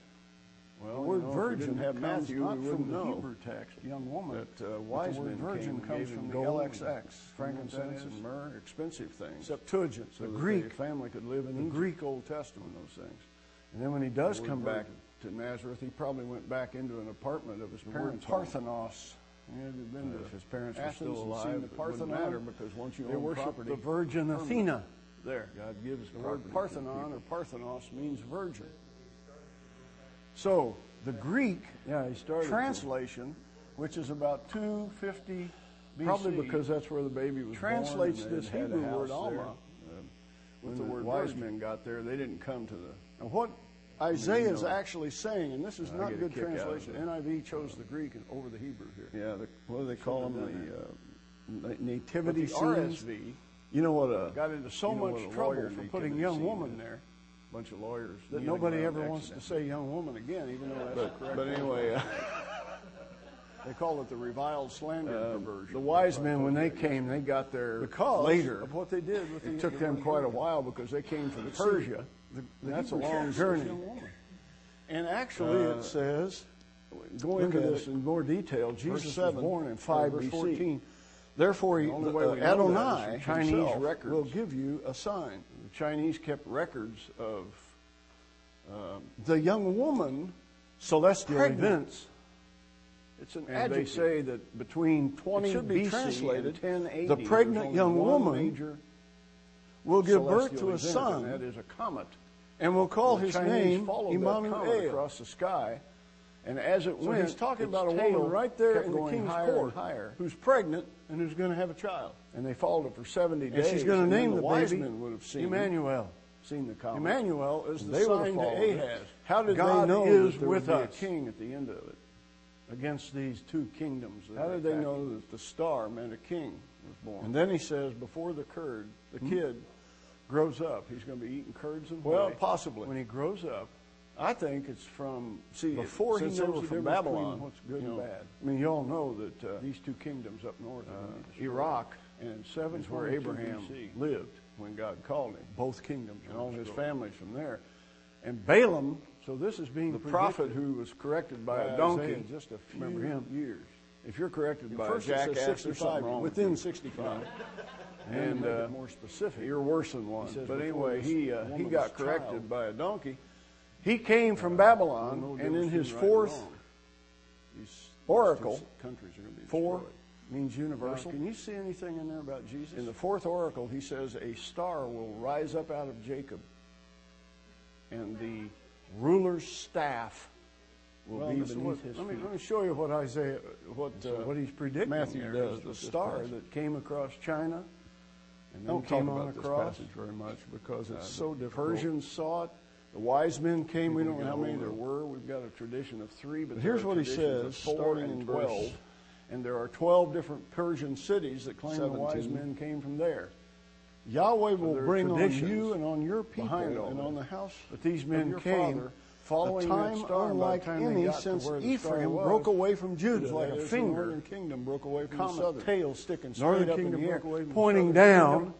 B: Well,
A: the
B: you
A: word
B: know, if we
A: virgin
B: didn't have
A: comes
B: Matthew,
A: not
B: we
A: from
B: wouldn't
A: the
B: know
A: Hebrew
B: text, young woman.
A: That uh, wise
B: the word
A: men
B: virgin
A: came and
B: comes
A: gave
B: from
A: him
B: the
A: gold,
B: LXX,
A: and
B: frankincense
A: frankincense
B: and
A: and myrrh, expensive things.
B: Septuagint,
A: so
B: the
A: that
B: Greek-
A: their family could live in
B: the
A: Egypt.
B: Greek Old Testament.
A: and those things. And then when he does
B: The
A: come
B: word
A: back to Nazareth, he probably went back into an apartment of his
B: The word
A: parents' home.
B: Parthenos. Yeah, have you been
A: Uh,
B: to
A: if his parents were
B: Athens
A: still
B: and
A: alive,
B: seen the
A: it wouldn't
B: Parthenon?
A: matter because once you
B: they
A: own
B: worship
A: property,
B: the Virgin
A: permanent.
B: Athena. There,
A: God gives
B: the word
A: property to the
B: Parthenon or Parthenos means virgin. So the Greek
A: Yeah, he started to.
B: translation, which is about 250 BC,
A: Probably because that's where the baby was
B: translates
A: born. and
B: this
A: they'd had a
B: Hebrew
A: house
B: word Alma
A: there. Uh,
B: with
A: when
B: the
A: the,
B: word
A: wise
B: virgin.
A: men got there, they didn't come to the.
B: Now, what Isaiah is
A: know.
B: actually saying, and this is
A: I
B: not
A: get a
B: good
A: kick out of
B: translation.
A: that.
B: NIV chose the Greek and over the Hebrew here.
A: Yeah, the, what do they call
B: Shouldn't have
A: them?
B: done
A: The uh, na-
B: But the
A: nativity scenes.
B: RSV
A: You know what? uh, A,
B: got into so
A: you know
B: much
A: what a
B: trouble
A: lawyer
B: for
A: nativity
B: putting young
A: scene
B: woman
A: is.
B: there
A: bunch of lawyers
B: that
A: kneeling
B: nobody
A: around
B: ever wants to
A: accident.
B: say young woman again, even though that's the
A: But,
B: correct.
A: but anyway, uh,
B: They call it the reviled slander perversion.
A: Uh, the wise men when they came, they got there
B: because
A: later.
B: of what they did with the,
A: It took
B: the
A: them
B: word
A: quite a
B: Hebrew.
A: while because they came from
B: See,
A: Persia.
B: the- the
A: And that's a
B: Hebrew
A: long
B: text is
A: journey.
B: young woman. And actually,
A: Uh,
B: it says,
A: Go
B: Look
A: into
B: at
A: this
B: it.
A: in more detail.
B: verse
A: Jesus was
B: seven,
A: born in 5
B: verse
A: BC.
B: 14. Therefore,
A: The
B: he,
A: only way we know
B: uh,
A: that is
B: Adonai
A: from Chinese
B: Chinese
A: records.
B: will give you a sign.
A: The Chinese kept records of uh,
B: The young woman
A: celestial
B: pregnant.
A: events.
B: It's an
A: And they
B: adjective.
A: say that between 20
B: It should be
A: BC
B: translated,
A: and 1080,
B: the
A: there's
B: pregnant
A: only
B: young
A: one
B: woman
A: major
B: will give birth to
A: celestial
B: a
A: event,
B: son
A: and that is a comet.
B: and will call
A: the
B: his
A: Chinese
B: name
A: followed that comet
B: Emmanuel.
A: across the sky And as it
B: So
A: went,
B: he's talking
A: its
B: about a
A: tail
B: woman right there
A: kept
B: in the
A: going
B: king's
A: higher and
B: court
A: higher.
B: who's pregnant and who's going to have a child.
A: and they followed it for 70
B: And
A: days.
B: she's going
A: and
B: to
A: then
B: name the,
A: the wise
B: baby
A: men would have seen,
B: Emmanuel.
A: seen the comet.
B: Emmanuel is
A: And
B: the
A: they would have
B: sign to
A: followed it.
B: Ahaz.
A: How did
B: God
A: they know
B: is
A: that there would
B: with
A: be
B: us.
A: a king at the end of it?
B: against these two kingdoms. that
A: How
B: are
A: did they
B: attacking.
A: know that the star meant a king was born?
B: And then he says, before the curd, the kid grows up, he's going to be eating curds and
A: Hmm? Well,
B: whey.
A: possibly.
B: When he grows up, I think it's from
A: See,
B: before he
A: since they
B: knows
A: were
B: the
A: from
B: difference between
A: Babylon,
B: What's good
A: you
B: and
A: know,
B: bad?
A: I mean, you all know that uh,
B: These two kingdoms up north, are gonna be destroyed.
A: Iraq
B: and seven
A: is where Abraham lived when God called him,
B: Both kingdoms,
A: and all his
B: family.
A: family's from there.
B: And Balaam. So this is being
A: The prophet
B: predicted.
A: who was corrected by
B: by
A: a donkey,
B: Isaiah just a few
A: remember him?
B: years.
A: If you're corrected by a
B: First it says
A: jackass, there's
B: 65,
A: something wrong with
B: within
A: you.
B: 65.
A: And,
B: make
A: uh,
B: it more specific.
A: You're worse than one.
B: says
A: But
B: before
A: anyway,
B: this
A: he uh, he
B: woman's
A: got
B: child.
A: corrected by a donkey. He came from Babylon,
B: We'll know
A: and in
B: difference
A: his
B: between right and
A: fourth
B: wrong. These-
A: oracle,
B: these two countries are going to be
A: four
B: destroyed.
A: means universal.
B: Can you see anything in there about Jesus?
A: In the fourth oracle, he says, A star will rise up out of Jacob, and the ruler's staff will
B: Well,
A: be
B: this is
A: beneath
B: what-
A: his
B: let
A: feet.
B: me let me show you what Isaiah, what
A: So
B: uh,
A: what he's predicting
B: Matthew
A: there
B: does.
A: is
B: The
A: with this
B: star
A: passage.
B: that came across China and then
A: Don't talk
B: came on
A: about
B: the
A: this
B: cross.
A: passage very much because
B: Uh,
A: it's so
B: the
A: difficult.
B: Persians saw it.
A: The wise men came. We
B: People
A: don't know how
B: get
A: many
B: older.
A: there were. We've got a tradition of three, but
B: But
A: there
B: here's
A: are
B: what he
A: traditions of
B: says,
A: four
B: starting
A: and
B: in verse
A: 12. And there are 12 different Persian cities that claim the wise
B: 17.
A: men came from there.
B: Yahweh
A: So
B: will
A: there are
B: bring on
A: traditions
B: you and on your people
A: behind
B: and
A: all
B: on
A: this.
B: the house.
A: But these
B: of
A: men
B: your
A: came
B: father,
A: following
B: a
A: that
B: time
A: star, and by the
B: unlike
A: time they
B: any
A: got to
B: since
A: where the star
B: Ephraim
A: was,
B: broke away from Judah
A: it's like
B: It
A: a
B: is the
A: finger.
B: Northern kingdom broke away from
A: Comet
B: the southern.
A: tail sticking straight
B: northern
A: up in
B: kingdom
A: the air,
B: broke away from the
A: pointing
B: southern
A: down
B: kingdom.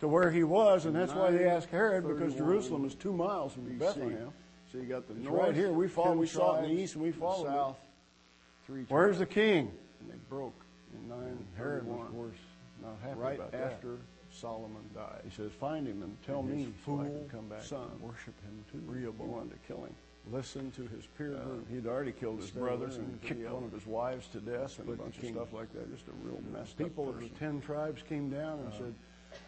B: to where he was, and that's why they asked Herod because
A: 931
B: Jerusalem is two miles from
A: BC.
B: Bethlehem.
A: So you got the
B: It's
A: north
B: right here. We follow.
A: ten
B: We saw it in the
A: tribes,
B: east, and we
A: the
B: followed it.
A: south, three
B: Where's the king?
A: And they broke in
B: And Herod was,
A: 931,
B: of course, not happy
A: right
B: about that.
A: after Solomon died.
B: He says, "Find him and tell
A: And his
B: me so I can
A: fool
B: come back
A: son
B: and worship him too."
A: Rehoboam wanted to kill him.
B: Listen to his peer
A: Uh,
B: group.
A: he'd already killed his
B: Stay
A: brothers
B: there
A: and
B: and
A: kicked
B: video.
A: one of his wives to death and a
B: Split the
A: bunch of
B: kingdom.
A: stuff like that. Just a real messed
B: People
A: up
B: of the
A: person.
B: ten tribes came down and said,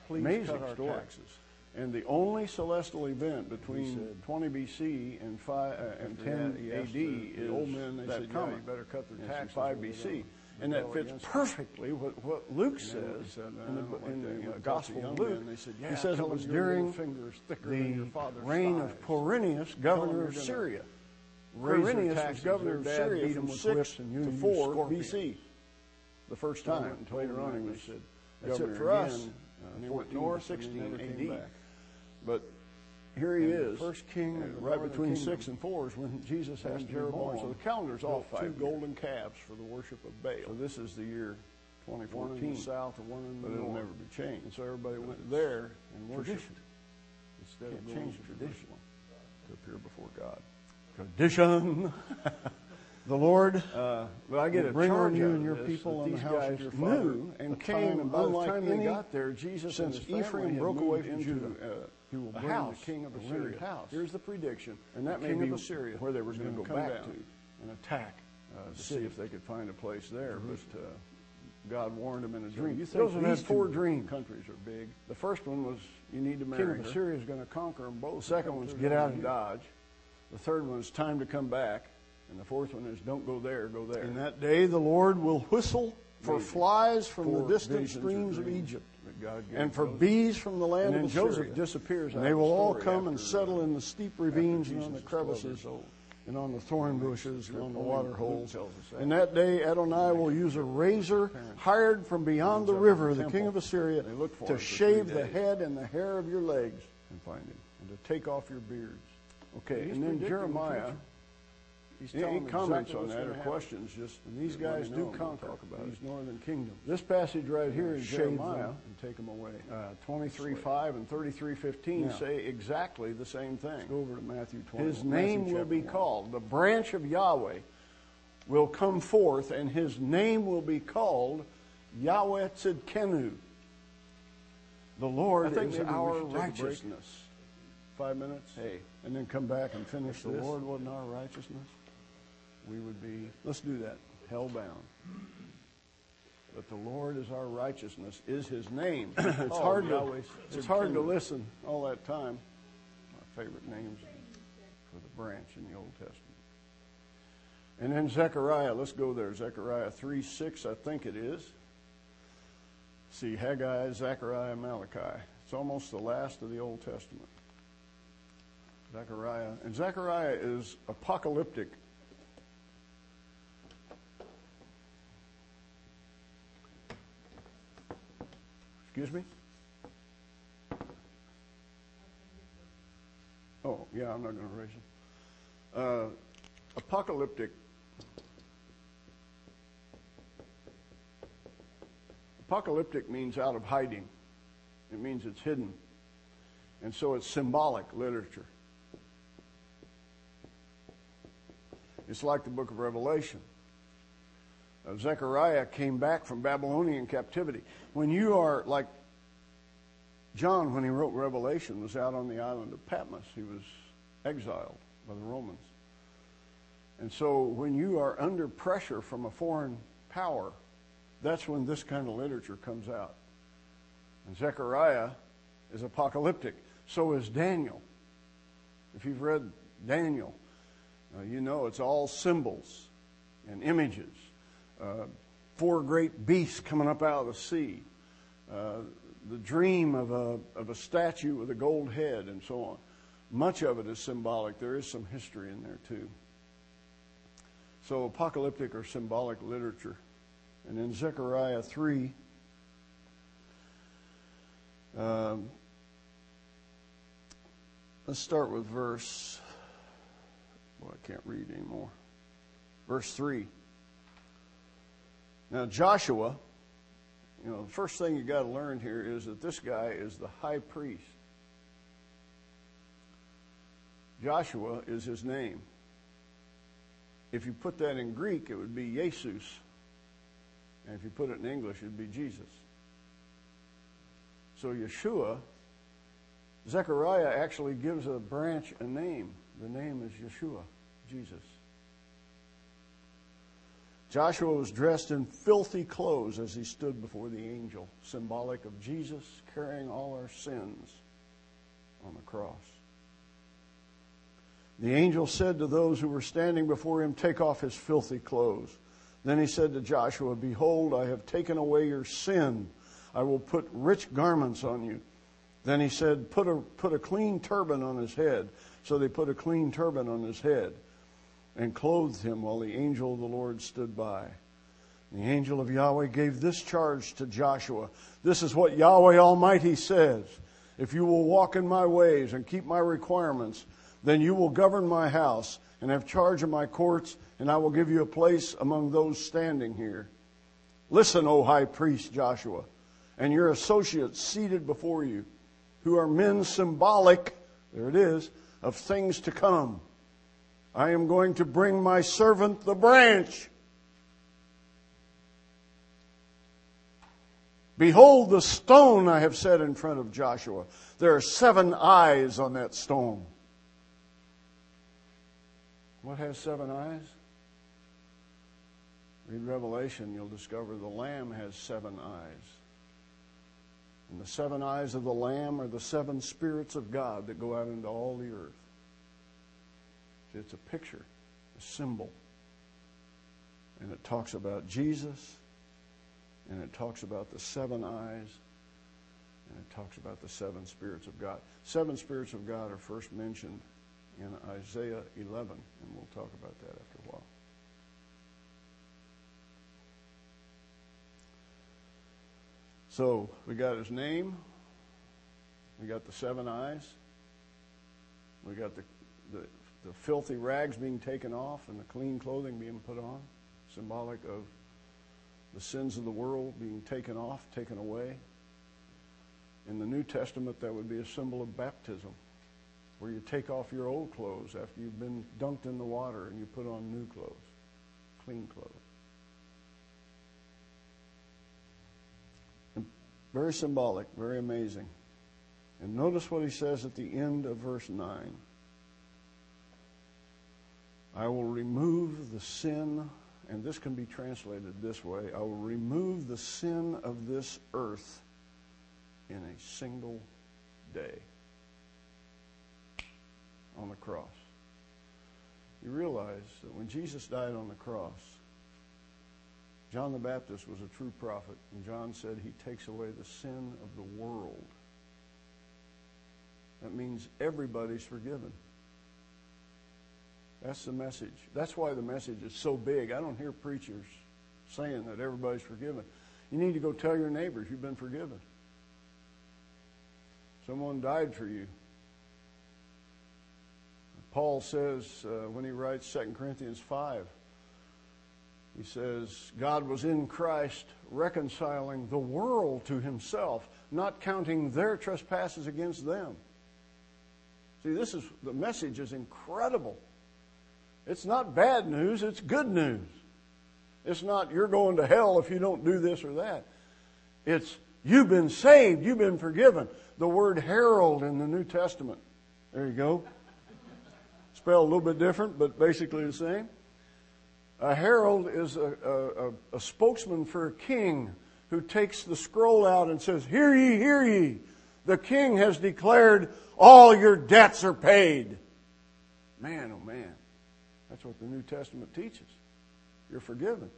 B: "Please
A: Amazing
B: cut our
A: story.
B: taxes."
A: And the only celestial event between
B: said-
A: 20 BC and 5 uh, and
B: After
A: 10
B: that, he
A: AD
B: asked the- the
A: is
B: old men, they
A: that
B: said, "Yeah,
A: comet.
B: you better cut their
A: And it's in
B: taxes
A: 5
B: when they
A: BC,
B: don't-
A: and
B: they
A: that
B: go
A: fits
B: against it.
A: perfecly what, what Luke
B: And then he
A: says
B: said, "No,
A: in
B: I don't
A: the,
B: like
A: in
B: that."
A: the uh,
B: He went up to
A: Gospel
B: young
A: of
B: men,
A: Luke.
B: and they said,
A: he
B: "Yeah,
A: says
B: tell
A: it was
B: them your little
A: during
B: finger is thicker
A: the
B: than your father's
A: reign of
B: thighs.
A: Quirinius,
B: them
A: governor
B: you're
A: of
B: gonna
A: Syria.
B: raise their
A: Quirinius was
B: taxes.
A: governor
B: Their
A: of
B: dad
A: Syria
B: beat
A: from
B: 'em with
A: 6
B: whips and you
A: to
B: used
A: 4
B: scorpions.
A: BC, the first
B: Well, I
A: time.
B: went and told
A: Later
B: them
A: on,
B: that,
A: he
B: and
A: was
B: they said,
A: that's it
B: "Governor
A: for us.
B: again, uh,
A: and he
B: 14,
A: went north,
B: and they
A: 16
B: never came
A: AD.
B: back.
A: But here he
B: And the
A: is,
B: first king of
A: uh,
B: the
A: right
B: northern
A: between
B: kingdom.
A: six and four is when Jesus has
B: And
A: to be born.
B: Jeroboam
A: So the calendar's off
B: built
A: five
B: two
A: years.
B: golden
A: calves for the worship of Baal. So this is the year
B: One in
A: 2014.
B: the south and one in the
A: but it'll
B: north.
A: never be changed.
B: And so everybody went
A: it's
B: there and worshipped
A: tradition.
B: instead of
A: Can't
B: going
A: change
B: to Jerusalem.
A: tradition to appear before God.
B: Tradition. the Lord.
A: Uh, but I get
B: will
A: a
B: bring
A: charge
B: on you
A: out
B: and
A: of
B: your
A: this,
B: people
A: that
B: and the
A: these
B: house of
A: guys
B: your father
A: knew
B: the
A: and
B: time
A: came, and by the
B: unlike
A: time they
B: any
A: got there, Jesus
B: since
A: and his
B: Ephraim
A: family had
B: broke
A: moved
B: away from
A: into,
B: Judah.
A: uh,
B: He will
A: a
B: bring the
A: house,
B: king of
A: a
B: Assyria.
A: rented house.
B: Here's the prediction,
A: And that
B: the
A: may
B: king
A: be
B: of Assyria
A: where they were
B: is
A: going to
B: gonna
A: go
B: come
A: back
B: down
A: to
B: and attack.
A: uh, to
B: the
A: see
B: city.
A: if they could find a place there.
B: Mm-hmm.
A: But uh, God warned them in a
B: So
A: dream.
B: you think
A: Those are
B: these
A: these
B: four
A: four
B: dreams.
A: countries are big. The first one was you need to
B: King
A: marry
B: of
A: her.
B: Assyria is going to conquer them both.
A: The second one's
B: Come
A: get
B: to
A: out
B: them.
A: and dodge. The third one is time to come back. And the fourth one is don't go there, go there.
B: In that day, the Lord will whistle for
A: Amazing.
B: flies from
A: Four
B: the distant
A: visions or
B: streams of
A: dreams
B: Egypt,
A: that God gave
B: and for
A: Joseph.
B: bees from the land
A: And
B: of
A: then
B: Assyria.
A: Joseph disappears
B: And
A: out
B: they
A: of the
B: will all
A: story
B: come and
A: after,
B: settle
A: uh,
B: in the steep ravines and on the
A: Jesus was 12 years
B: crevices,
A: old.
B: and on the thorn bushes, and
A: good
B: on the
A: point.
B: water
A: Luke
B: holes.
A: tells us that.
B: And that day, Adonai will use a razor hired from beyond the
A: Comes up in the
B: river, the
A: temple.
B: king of Assyria,
A: They look for
B: to
A: him for three
B: shave the
A: days.
B: head and the hair of your legs,
A: and find him.
B: and to take off your beards.
A: Okay, and
B: He's
A: then
B: predicting the
A: Jeremiah.
B: future. He's
A: Any,
B: telling
A: any
B: them
A: comments
B: exactly
A: on
B: what's
A: that
B: gonna
A: or
B: happen.
A: questions? Just
B: And these
A: let me
B: guys
A: know
B: do
A: and we'll
B: conquer
A: talk about
B: these
A: it.
B: northern kingdoms.
A: This passage right here in
B: Shave
A: Jeremiah,
B: them and take them away.
A: uh, twenty-three five and thirty-three fifteen
B: Now.
A: say exactly the same thing.
B: Go over to Matthew 20.
A: His name will be called, the branch of Yahweh will come forth, and his name will be called Yahweh Tzidkenu.
B: The Lord
A: I think
B: is
A: maybe we
B: our
A: should take a break.
B: righteousness. Five minutes.
A: Hey.
B: And then come back and finish
A: If the
B: this.
A: Lord
B: wasn't our righteousness, we would be
A: Let's do that.
B: hell bound.
A: But the Lord is our righteousness, is his name.
B: It's hard to,
A: Yahweh
B: it's hard to
A: Tzidkenu.
B: listen all that time.
A: My favorite names for the branch in the Old Testament. And then Zechariah, let's go there. Zechariah 3 6, I think it is. See, Haggai, Zechariah, Malachi. It's almost the last of the Old Testament. Zechariah. And Zechariah is apocalyptic. Excuse me? Oh, yeah, I'm not going to raise it. Uh, apocalyptic. Apocalyptic means out of hiding, it means it's hidden. And so it's symbolic literature. It's like the book of Revelation. Uh, Zechariah came back from Babylonian captivity. When you are like John, when he wrote Revelation, was out on the island of Patmos. He was exiled by the Romans. And so when you are under pressure from a foreign power, that's when this kind of literature comes out. And Zechariah is apocalyptic. So is Daniel. If you've read Daniel, uh, you know it's all symbols and images. Uh, four great beasts coming up out of the sea, uh, the dream of a, of a statue with a gold head, and so on. Much of it is symbolic. There is some history in there, too. So, apocalyptic or symbolic literature. And in Zechariah 3, um, let's start with verse. Well, I can't read anymore. Verse 3. Now, Joshua, you know, the first thing you got to learn here is that this guy is the high priest. Joshua is his name. If you put that in Greek, it would be Jesus. And if you put it in English, it would be Jesus. So Yeshua, Zechariah actually gives a branch a name. The name is Yeshua, Jesus. Joshua was dressed in filthy clothes as he stood before the angel, symbolic of Jesus carrying all our sins on the cross. The angel said to those who were standing before him, Take off his filthy clothes. Then he said to Joshua, Behold, I have taken away your sin. I will put rich garments on you. Then he said, Put a, put a clean turban on his head. So they put a clean turban on his head and clothed him while the angel of the Lord stood by. And the angel of Yahweh gave this charge to Joshua. This is what Yahweh Almighty says. If you will walk in my ways and keep my requirements, then you will govern my house and have charge of my courts, and I will give you a place among those standing here. Listen, O high priest Joshua, and your associates seated before you, who are men symbolic, there it is, of things to come. I am going to bring my servant the branch. Behold the stone I have set in front of Joshua. There are seven eyes on that stone. What has seven eyes? Read Revelation, you'll discover the Lamb has seven eyes. And the seven eyes of the Lamb are the seven spirits of God that go out into all the earth. It's a picture, a symbol. And it talks about Jesus, and it talks about the seven eyes, and it talks about the seven spirits of God. Seven spirits of God are first mentioned in Isaiah 11, and we'll talk about that after a while. So we got his name, we got the seven eyes, we got the, the the filthy rags being taken off and the clean clothing being put on, symbolic of the sins of the world being taken off, taken away. In the New Testament, that would be a symbol of baptism, where you take off your old clothes after you've been dunked in the water and you put on new clothes, clean clothes. And very symbolic, very amazing. And notice what he says at the end of verse 9. I will remove the sin, and this can be translated this way I will remove the sin of this earth in a single day on the cross. you realize that when Jesus died on the cross, John the Baptist was a true prophet, and John said he takes away the sin of the world. That means everybody's forgiven. That's the message. That's why the message is so big. I don't hear preachers saying that everybody's forgiven. You need to go tell your neighbors you've been forgiven. Someone died for you. Paul says uh, when he writes 2 Corinthians 5, he says, God was in Christ reconciling the world to himself, not counting their trespasses against them. See, this is, the message is incredible. It's not bad news, it's good news. It's not you're going to hell if you don't do this or that. It's you've been saved, you've been forgiven. The word herald in the New Testament. There you go. Spelled a little bit different, but basically the same. A herald is a, a, a spokesman for a king who takes the scroll out and says, Hear ye, hear ye. The king has declared all your debts are paid. Man, oh man. That's what the New Testament teaches you're forgiven.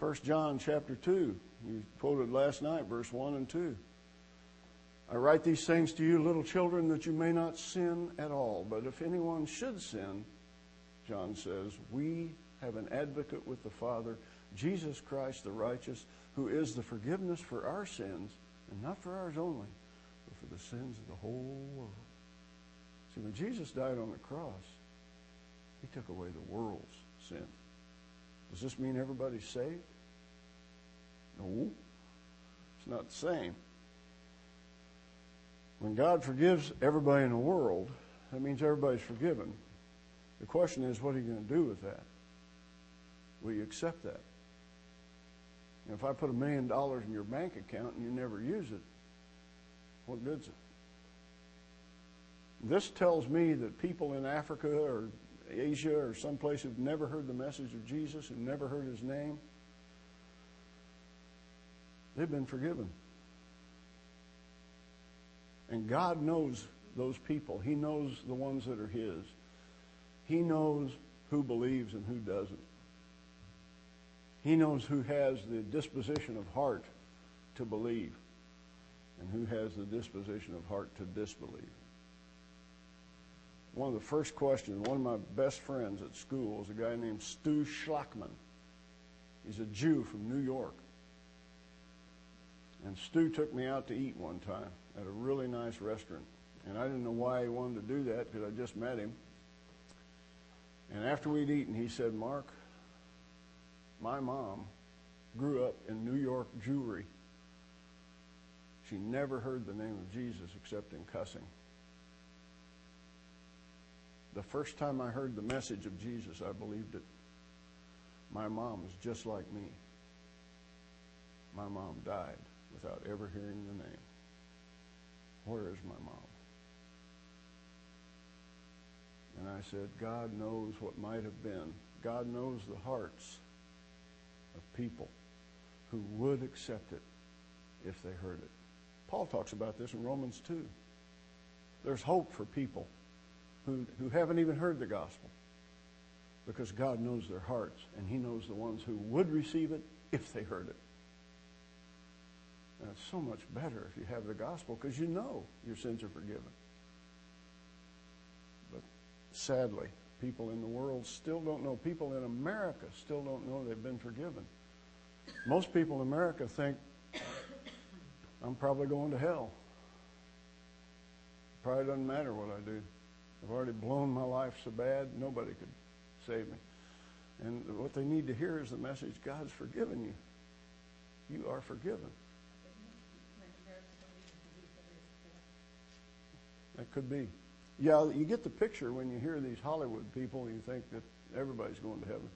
A: 1 John chapter 2, you quoted last night, verse 1 and 2. I write these things to you, little children, that you may not sin at all. But if anyone should sin, John says, we have an advocate with the Father, Jesus Christ the righteous, who is the forgiveness for our sins, and not for ours only, but for the sins of the whole world. See, when Jesus died on the cross, he took away the world's sin. Does this mean everybody's saved? No. It's not the same. When God forgives everybody in the world, that means everybody's forgiven. The question is, what are you going to do with that? Will you accept that? And if I put a million dollars in your bank account and you never use it, what good's it? This tells me that people in Africa or Asia or someplace who've never heard the message of Jesus, who've never heard his name, they've been forgiven. And God knows those people. He knows the ones that are his. He knows who believes and who doesn't. He knows who has the disposition of heart to believe and who has the disposition of heart to disbelieve one of the first questions, one of my best friends at school is a guy named Stu Schlachman. He's a Jew from New York. And Stu took me out to eat one time at a really nice restaurant. And I didn't know why he wanted to do that because I just met him. And after we'd eaten, he said, Mark, my mom grew up in New York Jewry. She never heard the name of Jesus except in cussing the first time I heard the message of Jesus, I believed it. My mom was just like me. My mom died without ever hearing the name. Where is my mom? And I said, God knows what might have been. God knows the hearts of people who would accept it if they heard it. Paul talks about this in Romans 2. There's hope for people who, who, haven't even heard the gospel because God knows their hearts and He knows the ones who would receive it if they heard it. And it's so much better if you have the gospel because you know your sins are forgiven. But sadly, people in the world still don't know. People in America still don't know they've been forgiven. Most people in America think, I'm probably going to hell. Probably doesn't matter what I do. I've already blown my life so bad, nobody could save me. And what they need to hear is the message God's forgiven you. You are forgiven. That could be. Yeah, you get the picture when you hear these Hollywood people, you think that everybody's going to heaven.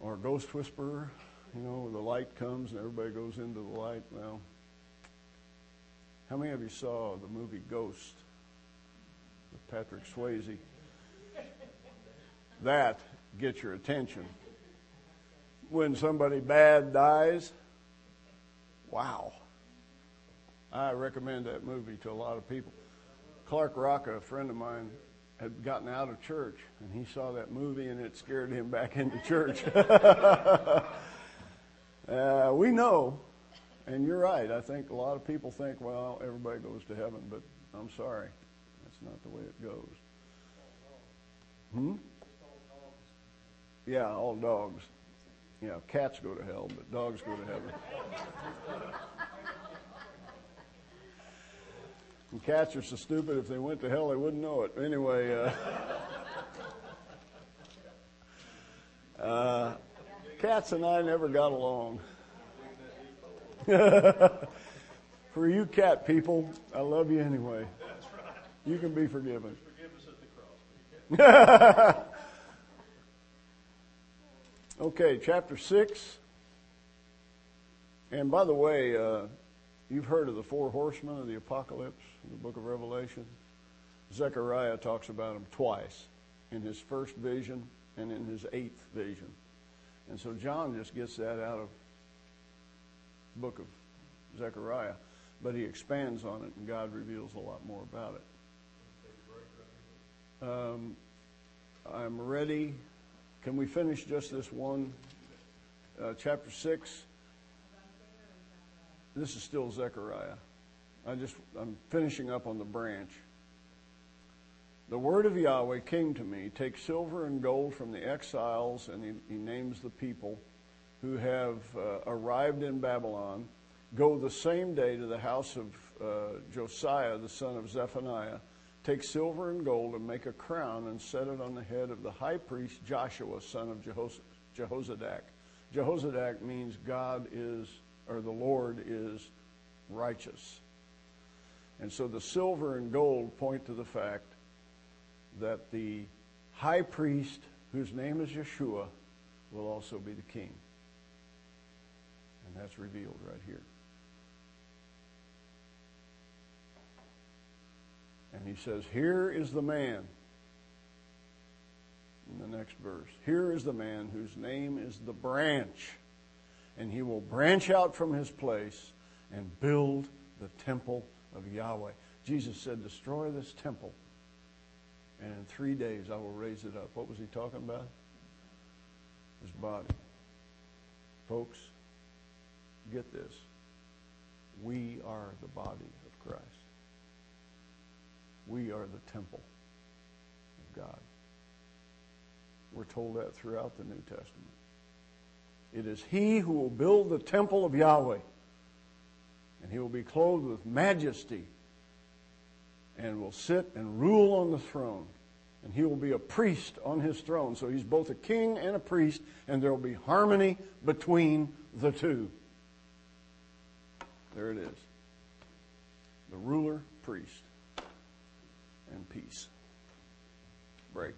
A: Or Ghost Whisperer, you know, the light comes and everybody goes into the light. Well, how many of you saw the movie Ghost? Patrick Swayze. That gets your attention. When somebody bad dies, wow. I recommend that movie to a lot of people. Clark Rocca, a friend of mine, had gotten out of church and he saw that movie and it scared him back into church. uh, we know, and you're right. I think a lot of people think, well, everybody goes to heaven, but I'm sorry. That's not the way it goes. Hmm? Yeah, all dogs. Yeah, cats go to hell, but dogs go to heaven. And cats are so stupid, if they went to hell, they wouldn't know it. Oh, Anyway, uh, uh, cats and I never got along. For you cat people, I love you anyway. You can be forgiven. okay, chapter 6. And by the way, uh, You've heard of the four horsemen of the apocalypse in the book of Revelation. Zechariah talks about them twice in his first vision and in his eighth vision. And so John just gets that out of the book of Zechariah, but he expands on it and God reveals a lot more about it. Um, I'm ready. Can we finish just this one? Uh, chapter 6 this is still Zechariah. I just I'm finishing up on the branch. The word of Yahweh came to me, take silver and gold from the exiles, and he, he names the people who have uh, arrived in Babylon. Go the same day to the house of uh, Josiah, the son of Zephaniah. Take silver and gold and make a crown and set it on the head of the high priest Joshua, son of Jehos- Jehozadak. Jehozadak means God is or the Lord is righteous. And so the silver and gold point to the fact that the high priest, whose name is Yeshua, will also be the king. And that's revealed right here. And he says, Here is the man. In the next verse, here is the man whose name is the branch and he will branch out from his place and build the temple of Yahweh. Jesus said, Destroy this temple, and in three days I will raise it up. What was he talking about? His body. Folks, get this. We are the body of Christ. We are the temple of God. We're told that throughout the New Testament. It is he who will build the temple of Yahweh. And he will be clothed with majesty and will sit and rule on the throne. And he will be a priest on his throne. So he's both a king and a priest, and there will be harmony between the two. There it is the ruler, priest, and peace. Break.